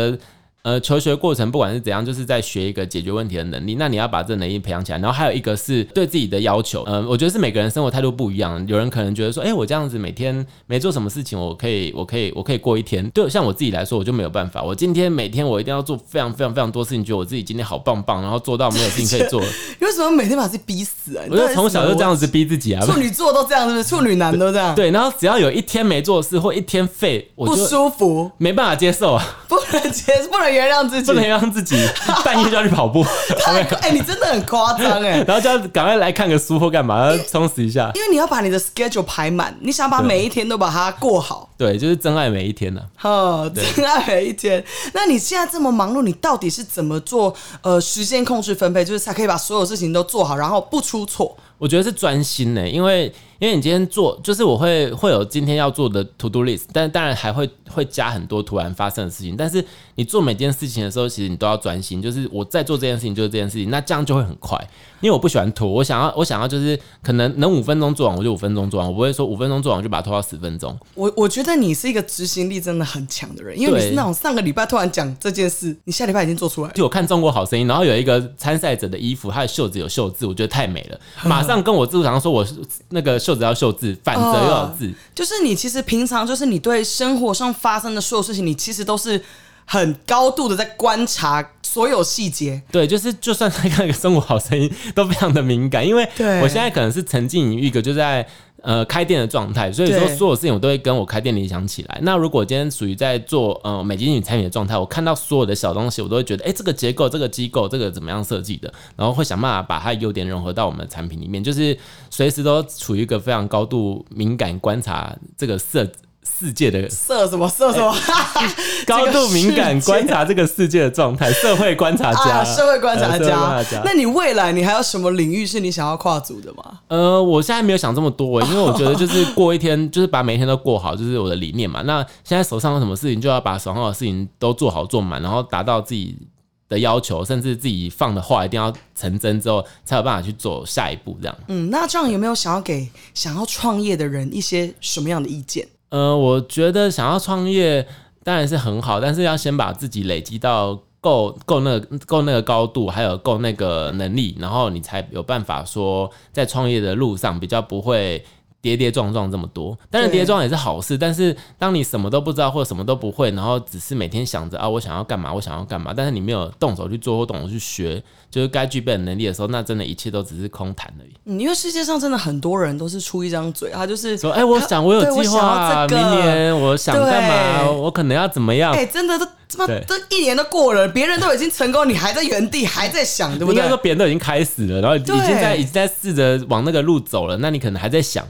S2: 呃，求学过程不管是怎样，就是在学一个解决问题的能力。那你要把这能力培养起来，然后还有一个是对自己的要求。嗯、我觉得是每个人生活态度不一样，有人可能觉得说，哎、我这样子每天没做什么事情，我可以，我可以，我可以过一天。对，像我自己来说，我就没有办法。我今天每天我一定要做非常非常非常多事情，觉得我自己今天好棒棒，然后做到没有事情可以做。
S1: 你为什么每天把自己逼死啊？你
S2: 我
S1: 到
S2: 就
S1: 底
S2: 从小
S1: 什么
S2: 就这样子逼自己啊。
S1: 处女座都这样，是不是？处女男都这样，
S2: 对，然后只要有一天没做事或一天废，我
S1: 啊不
S2: 就
S1: 舒服，
S2: 没办法接受啊。
S1: 不能接，不能原谅自己
S2: 不。能让自己半夜就要去跑步，
S1: 太哎、你真的很夸张哎。
S2: 然后就要赶快来看个书或干嘛，要充实一下。
S1: 因为你要把你的 schedule 排满，你想把
S2: 对
S1: 每一天都把它过 好，
S2: 对，就是真爱每一天啊呢、
S1: 呵，真爱每一天。那你现在这么忙碌，你到底是怎么做？呃，时间控制分配，就是才可以把所有事情都做好，然后不出错。
S2: 我觉得是专心呢、欸因为因为你今天做，就是我会会有今天要做的 to do list，但当然还会会加很多突然发生的事情。但是你做每件事情的时候，其实你都要专心，就是我在做这件事情就是这件事情，那这样就会很快。因为我不喜欢拖，我想要我想要就是可能能五分钟做完我就五分钟做完，我不会说五分钟做完我就把它拖到十分钟。
S1: 我我觉得你是一个执行力真的很强的人，因为你
S2: 对
S1: 是那种上个礼拜突然讲这件事，你下礼拜已经做出来了。
S2: 就我看《中国好声音》，然后有一个参赛者的衣服，他的袖子有袖字，我觉得太美了，马上跟我制作厂商说我是那个袖子要袖字，反
S1: 哦
S2: 折又要字。
S1: 就是你其实平常就是你对生活上发生的所有事情，你其实都是很高度的在观察所有细节。
S2: 对，就是就算在看个《中国好声音》，都非常的敏感，因为
S1: 对
S2: 我现在可能是沉浸于一个就在。呃，开店的状态，所以说
S1: 对
S2: 所有事情我都会跟我开店联想起来。那如果今天属于在做呃美肌女产品的状态，我看到所有的小东西，我都会觉得，哎、这个结构、这个机构、这个怎么样设计的，然后会想办法把它的优点融合到我们的产品里面，就是随时都处于一个非常高度敏感观察这个色世界的
S1: 色什么色什么，
S2: 哎 高度敏
S1: 这
S2: 感
S1: 个世
S2: 观
S1: 界
S2: 察这个世界的状态，社会观察家，
S1: 啊，社会观察
S2: 呃社
S1: 家。
S2: 会观察家
S1: 那你未来你还有什么领域是你想要跨足的吗？
S2: 呃，我现在没有想这么多、欸因为我觉得就是过一天，就是把每一天都过好，就是我的理念嘛。那现在手上有什么事情，就要把手上的事情都做好做满，然后达到自己的要求，甚至自己放的话一定要成真之后，才有办法去走下一步这样。
S1: 嗯，那这样有没有想要给想要创业的人一些什么样的意见？
S2: 呃，我觉得想要创业当然是很好，但是要先把自己累积到够够那个够那个高度，还有够那个能力，然后你才有办法说在创业的路上比较不会。跌跌撞撞这么多，当然
S1: 对
S2: 跌跌撞也是好事，但是当你什么都不知道或者什么都不会，然后只是每天想着啊我想要干嘛，我想要干嘛，但是你没有动手去做或动手去学，就是该具备的能力的时候，那真的一切都只是空谈而已。
S1: 嗯，因为世界上真的很多人都是出一张嘴，他就是
S2: 说，哎、我
S1: 他
S2: 想我有
S1: 对
S2: 计划啊，
S1: 想要这个
S2: 明年我想
S1: 对
S2: 干嘛，我可能要怎么样
S1: 哎、，真的都他妈
S2: 啊对
S1: 这一年都过了，别人都已经成功，你还在原地，还在想，对不
S2: 应该
S1: 对
S2: 说？别人都已经开始了，然后已
S1: 对
S2: 经在已经在试着往那个路走了，那你可能还在想，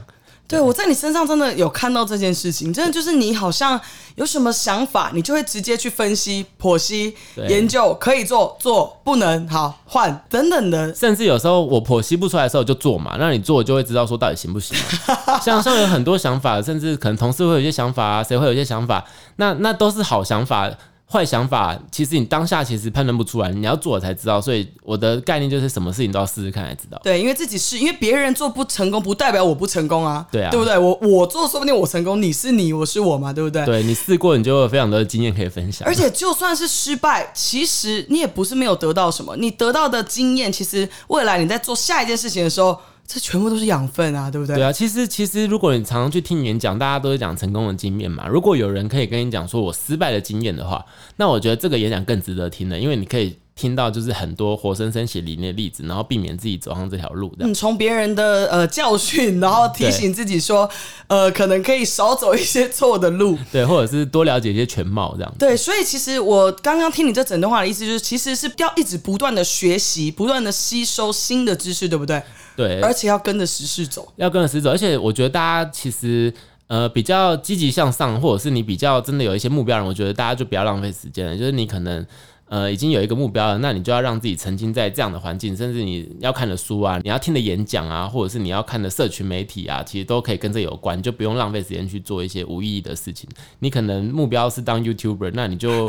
S1: 对我在你身上真的有看到这件事情，真的就是你好像有什么想法，你就会直接去分析、剖析、
S2: 对
S1: 研究，可以做，做不能，好换等等的。
S2: 甚至有时候我剖析不出来的时候就做嘛，那你做就会知道说到底行不行嘛、像像有很多想法，甚至可能同事会有一些想法啊，谁会有一些想法，那那都是好想法。坏想法，其实你当下其实判断不出来，你要做了才知道。所以我的概念就是什么事情都要试试看才知道。
S1: 对，因为自己是因为别人做不成功，不代表我不成功啊，
S2: 对啊
S1: 对不对？我我做，说不定我成功，你是你，我是我嘛，对不对？
S2: 对你试过，你就会有非常多的经验可以分享。
S1: 而且就算是失败，其实你也不是没有得到什么，你得到的经验，其实未来你在做下一件事情的时候，这全部都是养分啊，对不对？
S2: 对啊，其实其实如果你常常去听演讲，大家都是讲成功的经验嘛。如果有人可以跟你讲说我失败的经验的话，那我觉得这个演讲更值得听了，因为你可以听到就是很多活生生血淋淋的例子，然后避免自己走上这条路的。
S1: 嗯，从别人的呃教训，然后提醒自己说，呃，可能可以少走一些错的路。
S2: 对，或者是多了解一些全貌这样。
S1: 对，所以其实我刚刚听你这整段话的意思，就是其实是要一直不断的学习，不断的吸收新的知识，对不对？
S2: 对，
S1: 而且要跟着时事走。
S2: 要跟着死走，而且我觉得大家其实。呃，比较积极向上，或者是你比较真的有一些目标的人，我觉得大家就不要浪费时间了。就是你可能呃已经有一个目标了，那你就要让自己沉浸在这样的环境，甚至你要看的书啊，你要听的演讲啊，或者是你要看的社群媒体啊，其实都可以跟这有关，你就不用浪费时间去做一些无意义的事情。你可能目标是当 YouTuber，那你就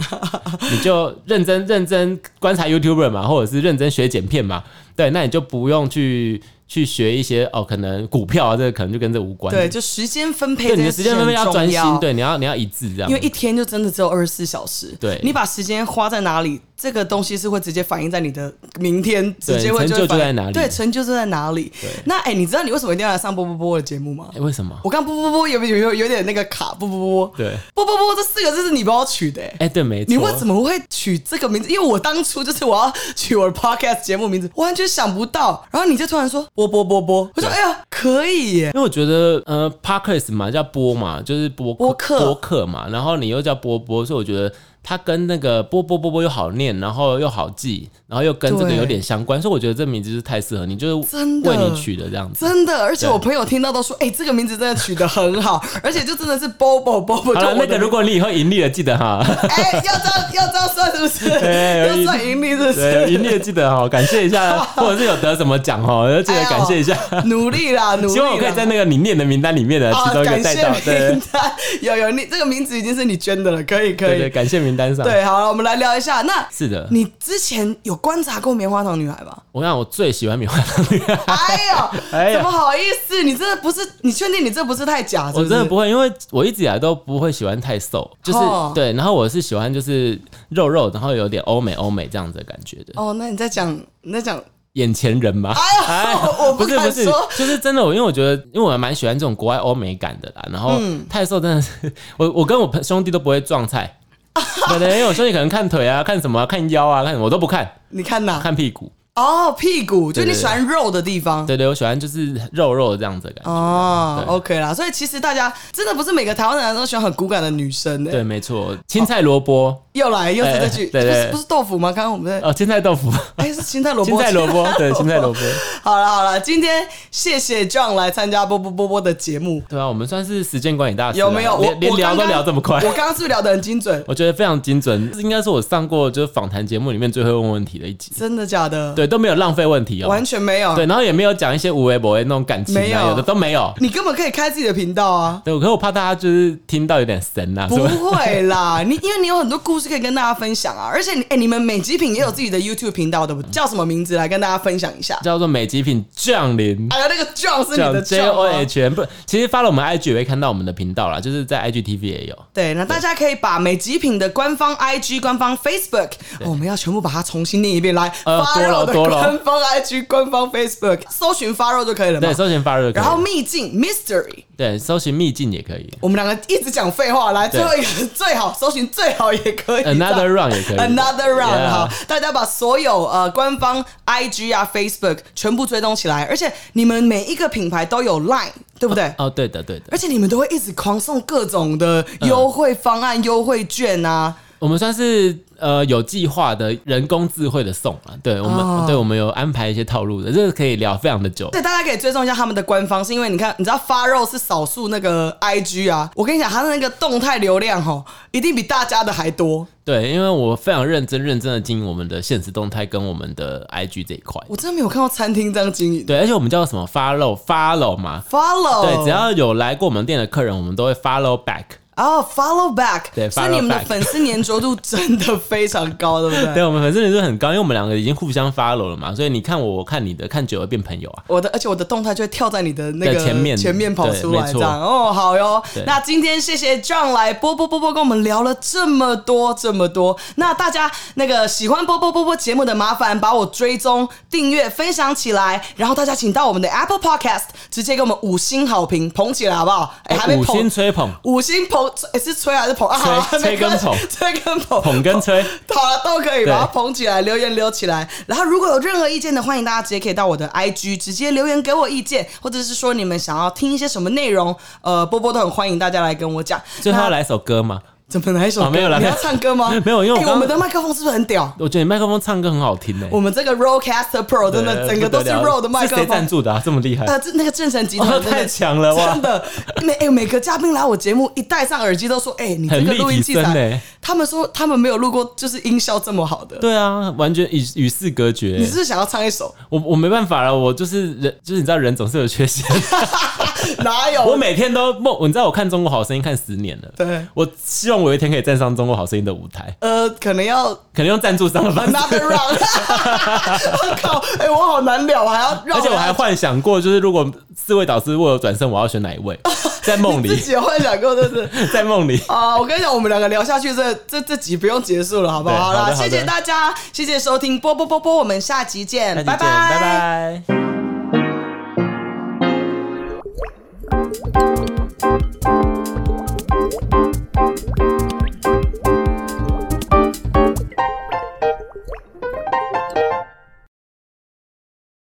S2: 你就认真认真观察 YouTuber 嘛，或者是认真学剪片嘛，对，那你就不用去去学一些哦，可能股票啊，这个可能就跟这无关。
S1: 对，就时间分配
S2: 对
S1: 这
S2: 你
S1: 件
S2: 的时
S1: 事
S2: 间
S1: 情
S2: 分
S1: 很重
S2: 配
S1: 要，
S2: 要专心，对，你要你要一致这样。
S1: 因为一天就真的只有二十四小时，
S2: 对
S1: 你把时间花在哪里，这个东西是会直接反映在你的明天，
S2: 对
S1: 直接会
S2: 成就
S1: 会反
S2: 就在哪里
S1: 对，成就就在哪里
S2: 对。哎
S1: 那哎、你知道你为什么一定要来上波波波的节目吗？
S2: 诶为什么？
S1: 我刚波波波有没有有有点那个卡波波波？
S2: 对，
S1: 波波波这四个字是你帮我取的、哎
S2: 哎、对，没错。
S1: 你为什么会取这个名字？因为我当初就是我要取我的 podcast 节目名字，完全想不到。然后你就突然说波波波波，我说
S2: 对
S1: 哎呀，可以耶！
S2: 因为我觉得，呃 p a r k e s 嘛，叫播嘛，就是播
S1: 播客
S2: 播客嘛，然后你又叫波波，所以我觉得它跟那个波波波波又好念，然后又好记，然后又跟这个
S1: 对
S2: 有点相关，所以我觉得这名字就是太适合你，就是
S1: 真的
S2: 为你取的这样子。
S1: 真的，而且
S2: 对
S1: 我朋友听到都说，哎、这个名字真的取得很好， 而且就真的是 Bobo Bobo。
S2: 好
S1: 就
S2: 了，
S1: 我
S2: 那
S1: 的
S2: 个如果你以后盈利了，记 得哈，
S1: 哎、要这样要这样算是不 是？
S2: 哎
S1: 要算盈利是不
S2: 对，
S1: 是？
S2: 盈利了记得哈，感谢 一下，或者是有得什么奖哦，要记
S1: 哎
S2: 得感谢一下。
S1: 努力啦，努力啦！
S2: 希望我可以在那个你念的名单里面的其
S1: 啊，
S2: 中一个
S1: 感
S2: 带
S1: 谢
S2: 到，对
S1: 名单，有有你这 个名字已经是你捐的了，可以可
S2: 对
S1: 以。
S2: 对，感谢名单上。
S1: 对，好了，我们来聊一下。那
S2: 是的，
S1: 你之前有观察过棉花糖女孩吧？
S2: 我想我最喜欢棉花糖女孩。
S1: 哎呦，
S2: 哎呀
S1: 怎么好意思？你真的不是？你确定你这不是太假？是不
S2: 我
S1: 是
S2: 真的不会，因为我一直以来都不会喜欢太瘦，就是、
S1: 哦
S2: 对，然后我是喜欢就是肉肉，然后有点欧美欧美这样子的感觉的，
S1: 哦，那你在讲你在讲，
S2: 眼前人嘛。
S1: 哎 呦，我
S2: 不是
S1: 敢
S2: 不是
S1: 说，，
S2: 就是真的，我因为我觉得，因为我还蛮喜欢这种国外欧美感的啦。然后
S1: 嗯
S2: 太瘦真的是， 我我跟我朋兄弟都不会撞菜， 对对，因为我兄弟可能看腿啊、看什么啊、看腰啊、看什么我都不看，
S1: 你看哪？
S2: 看屁股。
S1: 哦，屁股，就
S2: 对
S1: 你
S2: 对
S1: 喜欢肉的地方。
S2: 对对，我喜欢就是肉肉这样子的感觉。
S1: 哦
S2: 对
S1: ，OK 啦，所以其实大家真的不是每个台湾人都喜欢很骨感的女生的、
S2: 对，没错，青菜萝卜
S1: 又来又是这句，
S2: 哎对对
S1: 不是不是豆腐吗？刚刚我们在，
S2: 哦，青菜豆腐，
S1: 哎、是青菜萝卜，
S2: 青菜萝卜，对，青菜萝卜。
S1: 好了好了，今天谢谢 John 来参加波波波波的节目，
S2: 对啊，我们算是时间管理大师了，
S1: 有没有？我
S2: 连连
S1: 我
S2: 聊
S1: 刚
S2: 都
S1: 刚
S2: 聊这么快
S1: 我？刚刚是不是聊得很精准？
S2: 我觉得非常精准，这应该是我上过就是访谈节目里面最会问问题的一集。
S1: 真的假的？，
S2: 对，都没有浪费问题哦。
S1: 完全没有。
S2: 对，然后也没有讲一些无为不为那种感情
S1: 没
S2: 啊，
S1: 有
S2: 有的都没有。
S1: 你根本可以开自己的频道啊！
S2: 对，可是我怕大家就是听到有点神啊，是
S1: 不
S2: 吧？
S1: 会啦，你因为你有很多故事可以跟大家分享啊，而且你哎、你们美极品也有自己的 YouTube 频道，对不对？叫什么名字来跟大家分享一下？
S2: 叫做美极品降临。
S1: 哎呀，那个 John 是你的啊
S2: J
S1: John
S2: O
S1: 吗
S2: H N 不，其实发了我们 IG 也会看到我们的频道啦，就是在 IG TV 也有。
S1: 对，那大家可以把美极品的官方 IG、官方 Facebook，、哦我们要全部把它重新念一遍来。
S2: 呃
S1: 发
S2: 多了
S1: 肉的
S2: 多了
S1: 官方 IG、官方 Facebook，搜寻发肉就可以了嘛
S2: 对，。搜寻发热可
S1: 然
S2: 以
S1: 后秘境 Mystery，
S2: 对，搜寻秘境也可 以
S1: 我们两个一直讲废话，来
S2: 对
S1: 最后一个最好搜寻最好也可以。
S2: ，Another Round 也可以
S1: Another round，、
S2: Yeah
S1: 好，大家把所有呃官方 IG 啊、Facebook 全部追踪起来，而且你们每一个品牌都有 Line，对不对？
S2: 哦，对的对的。
S1: 而且你们都会一直狂送各种的优惠方案、优、惠券啊，
S2: 我们算是呃有计划的人工智慧的送啊，对我们、
S1: 哦
S2: 对我们有安排一些套路的，这个可以聊 非常的久。
S1: 对，大家可以追踪一下他们的官方，是因为你看，你知道发肉是少数那个 IG 啊，我跟你讲，他的那个动态流量吼，一定比大家的还多。
S2: 对，因为我非常认真认真的经营我们的现实动态跟我们的 IG 这一块。
S1: 我真的没有看到餐厅这样经营。
S2: 对，而且我们叫什么 follow follow 嘛，
S1: Follow，
S2: 对，只要有来过我们店的客人，我们都会 follow back。
S1: 哦、follow back，
S2: 对
S1: 所以你们的
S2: follow back
S1: 粉丝粘着度真的非常高，对不对？
S2: 对，我们粉丝人数很高，因为我们两个已经互相 follow 了嘛，所以你看我，我看你的，看久了变朋友啊。
S1: 我的，而且我的动态就会跳在你的那个
S2: 对前面
S1: 前面跑出
S2: 对
S1: 来
S2: 没
S1: 这
S2: 错
S1: 样哦，好哟
S2: 对。
S1: 那今天谢谢 John 来波波波波跟我们聊了这么多这么多。那大家那个喜欢波波波波节目的，麻烦把我追踪、订阅、分享起来。然后大家请到我们的 Apple Podcast 直接给我们五星好评，捧起来好不好？哎、还没
S2: 五星
S1: 捧。
S2: 吹捧，
S1: 五星捧、哎是吹还是捧啊？
S2: 吹
S1: 好还没
S2: 吹跟
S1: 关系
S2: 捧
S1: 吹跟捧，
S2: 捧跟吹。
S1: 好了，都可以
S2: 对
S1: 把它捧起来，留言留起来。然后如果有任何意见的，欢迎大家直接可以到我的 IG 直接留言给我意见，或者是说你们想要听一些什么内容，呃，波波都很欢迎大家来跟我讲。
S2: 最后要
S1: 那
S2: 来一首歌吗？
S1: 怎么来一首歌？
S2: 哦没有啦？
S1: 你要唱歌吗
S2: 没有因为我
S1: 哎
S2: 刚
S1: 我们的麦克风是不是很屌？
S2: 我觉得你麦克风唱歌很好听诶、
S1: 我们这个 Rodecaster Pro 真的
S2: 对
S1: 整个都
S2: 不
S1: 是
S2: 得了
S1: Rode 的麦克
S2: 是谁赞
S1: 风。
S2: 助的啊？这么厉害？
S1: 呃，这那个正成集团
S2: 哦
S1: 真的
S2: 太强了哇
S1: 真的，每哎、每个嘉宾来我节目一戴上耳机都说，哎、你这
S2: 很
S1: 个
S2: 立
S1: 录音
S2: 体
S1: 器
S2: 声
S1: 材
S2: 欸
S1: 他们说他们没有录过就是音效这么好的。
S2: 对啊，完全与与世隔绝、欸
S1: 你是不是想要唱一首？
S2: 我我没办法了，我就是人，就是你知道人总是有 缺陷。
S1: 哪有？
S2: 我每天都梦，你知道我看《中国好声音》看十年了，
S1: 对，
S2: 我希望我有一天可以站上《中国好声音》的舞台，
S1: 呃，可能 要
S2: 可能用赞助商的方式。
S1: another round。我 靠，哎、我好难聊，还要绕，
S2: 而且我还幻想过，就是如果四位导师为我转身，我要选哪一位？在梦
S1: 哦自
S2: 里，
S1: 己也幻想过，真是。
S2: 在梦里。
S1: 啊、我跟你讲，我们两个聊下去这，这这集不用结束了，好不好？
S2: 对好
S1: 啦，
S2: 的好
S1: 谢
S2: 的
S1: 谢大家，谢谢收听，波波波波，我们下集见，
S2: 再见，拜拜。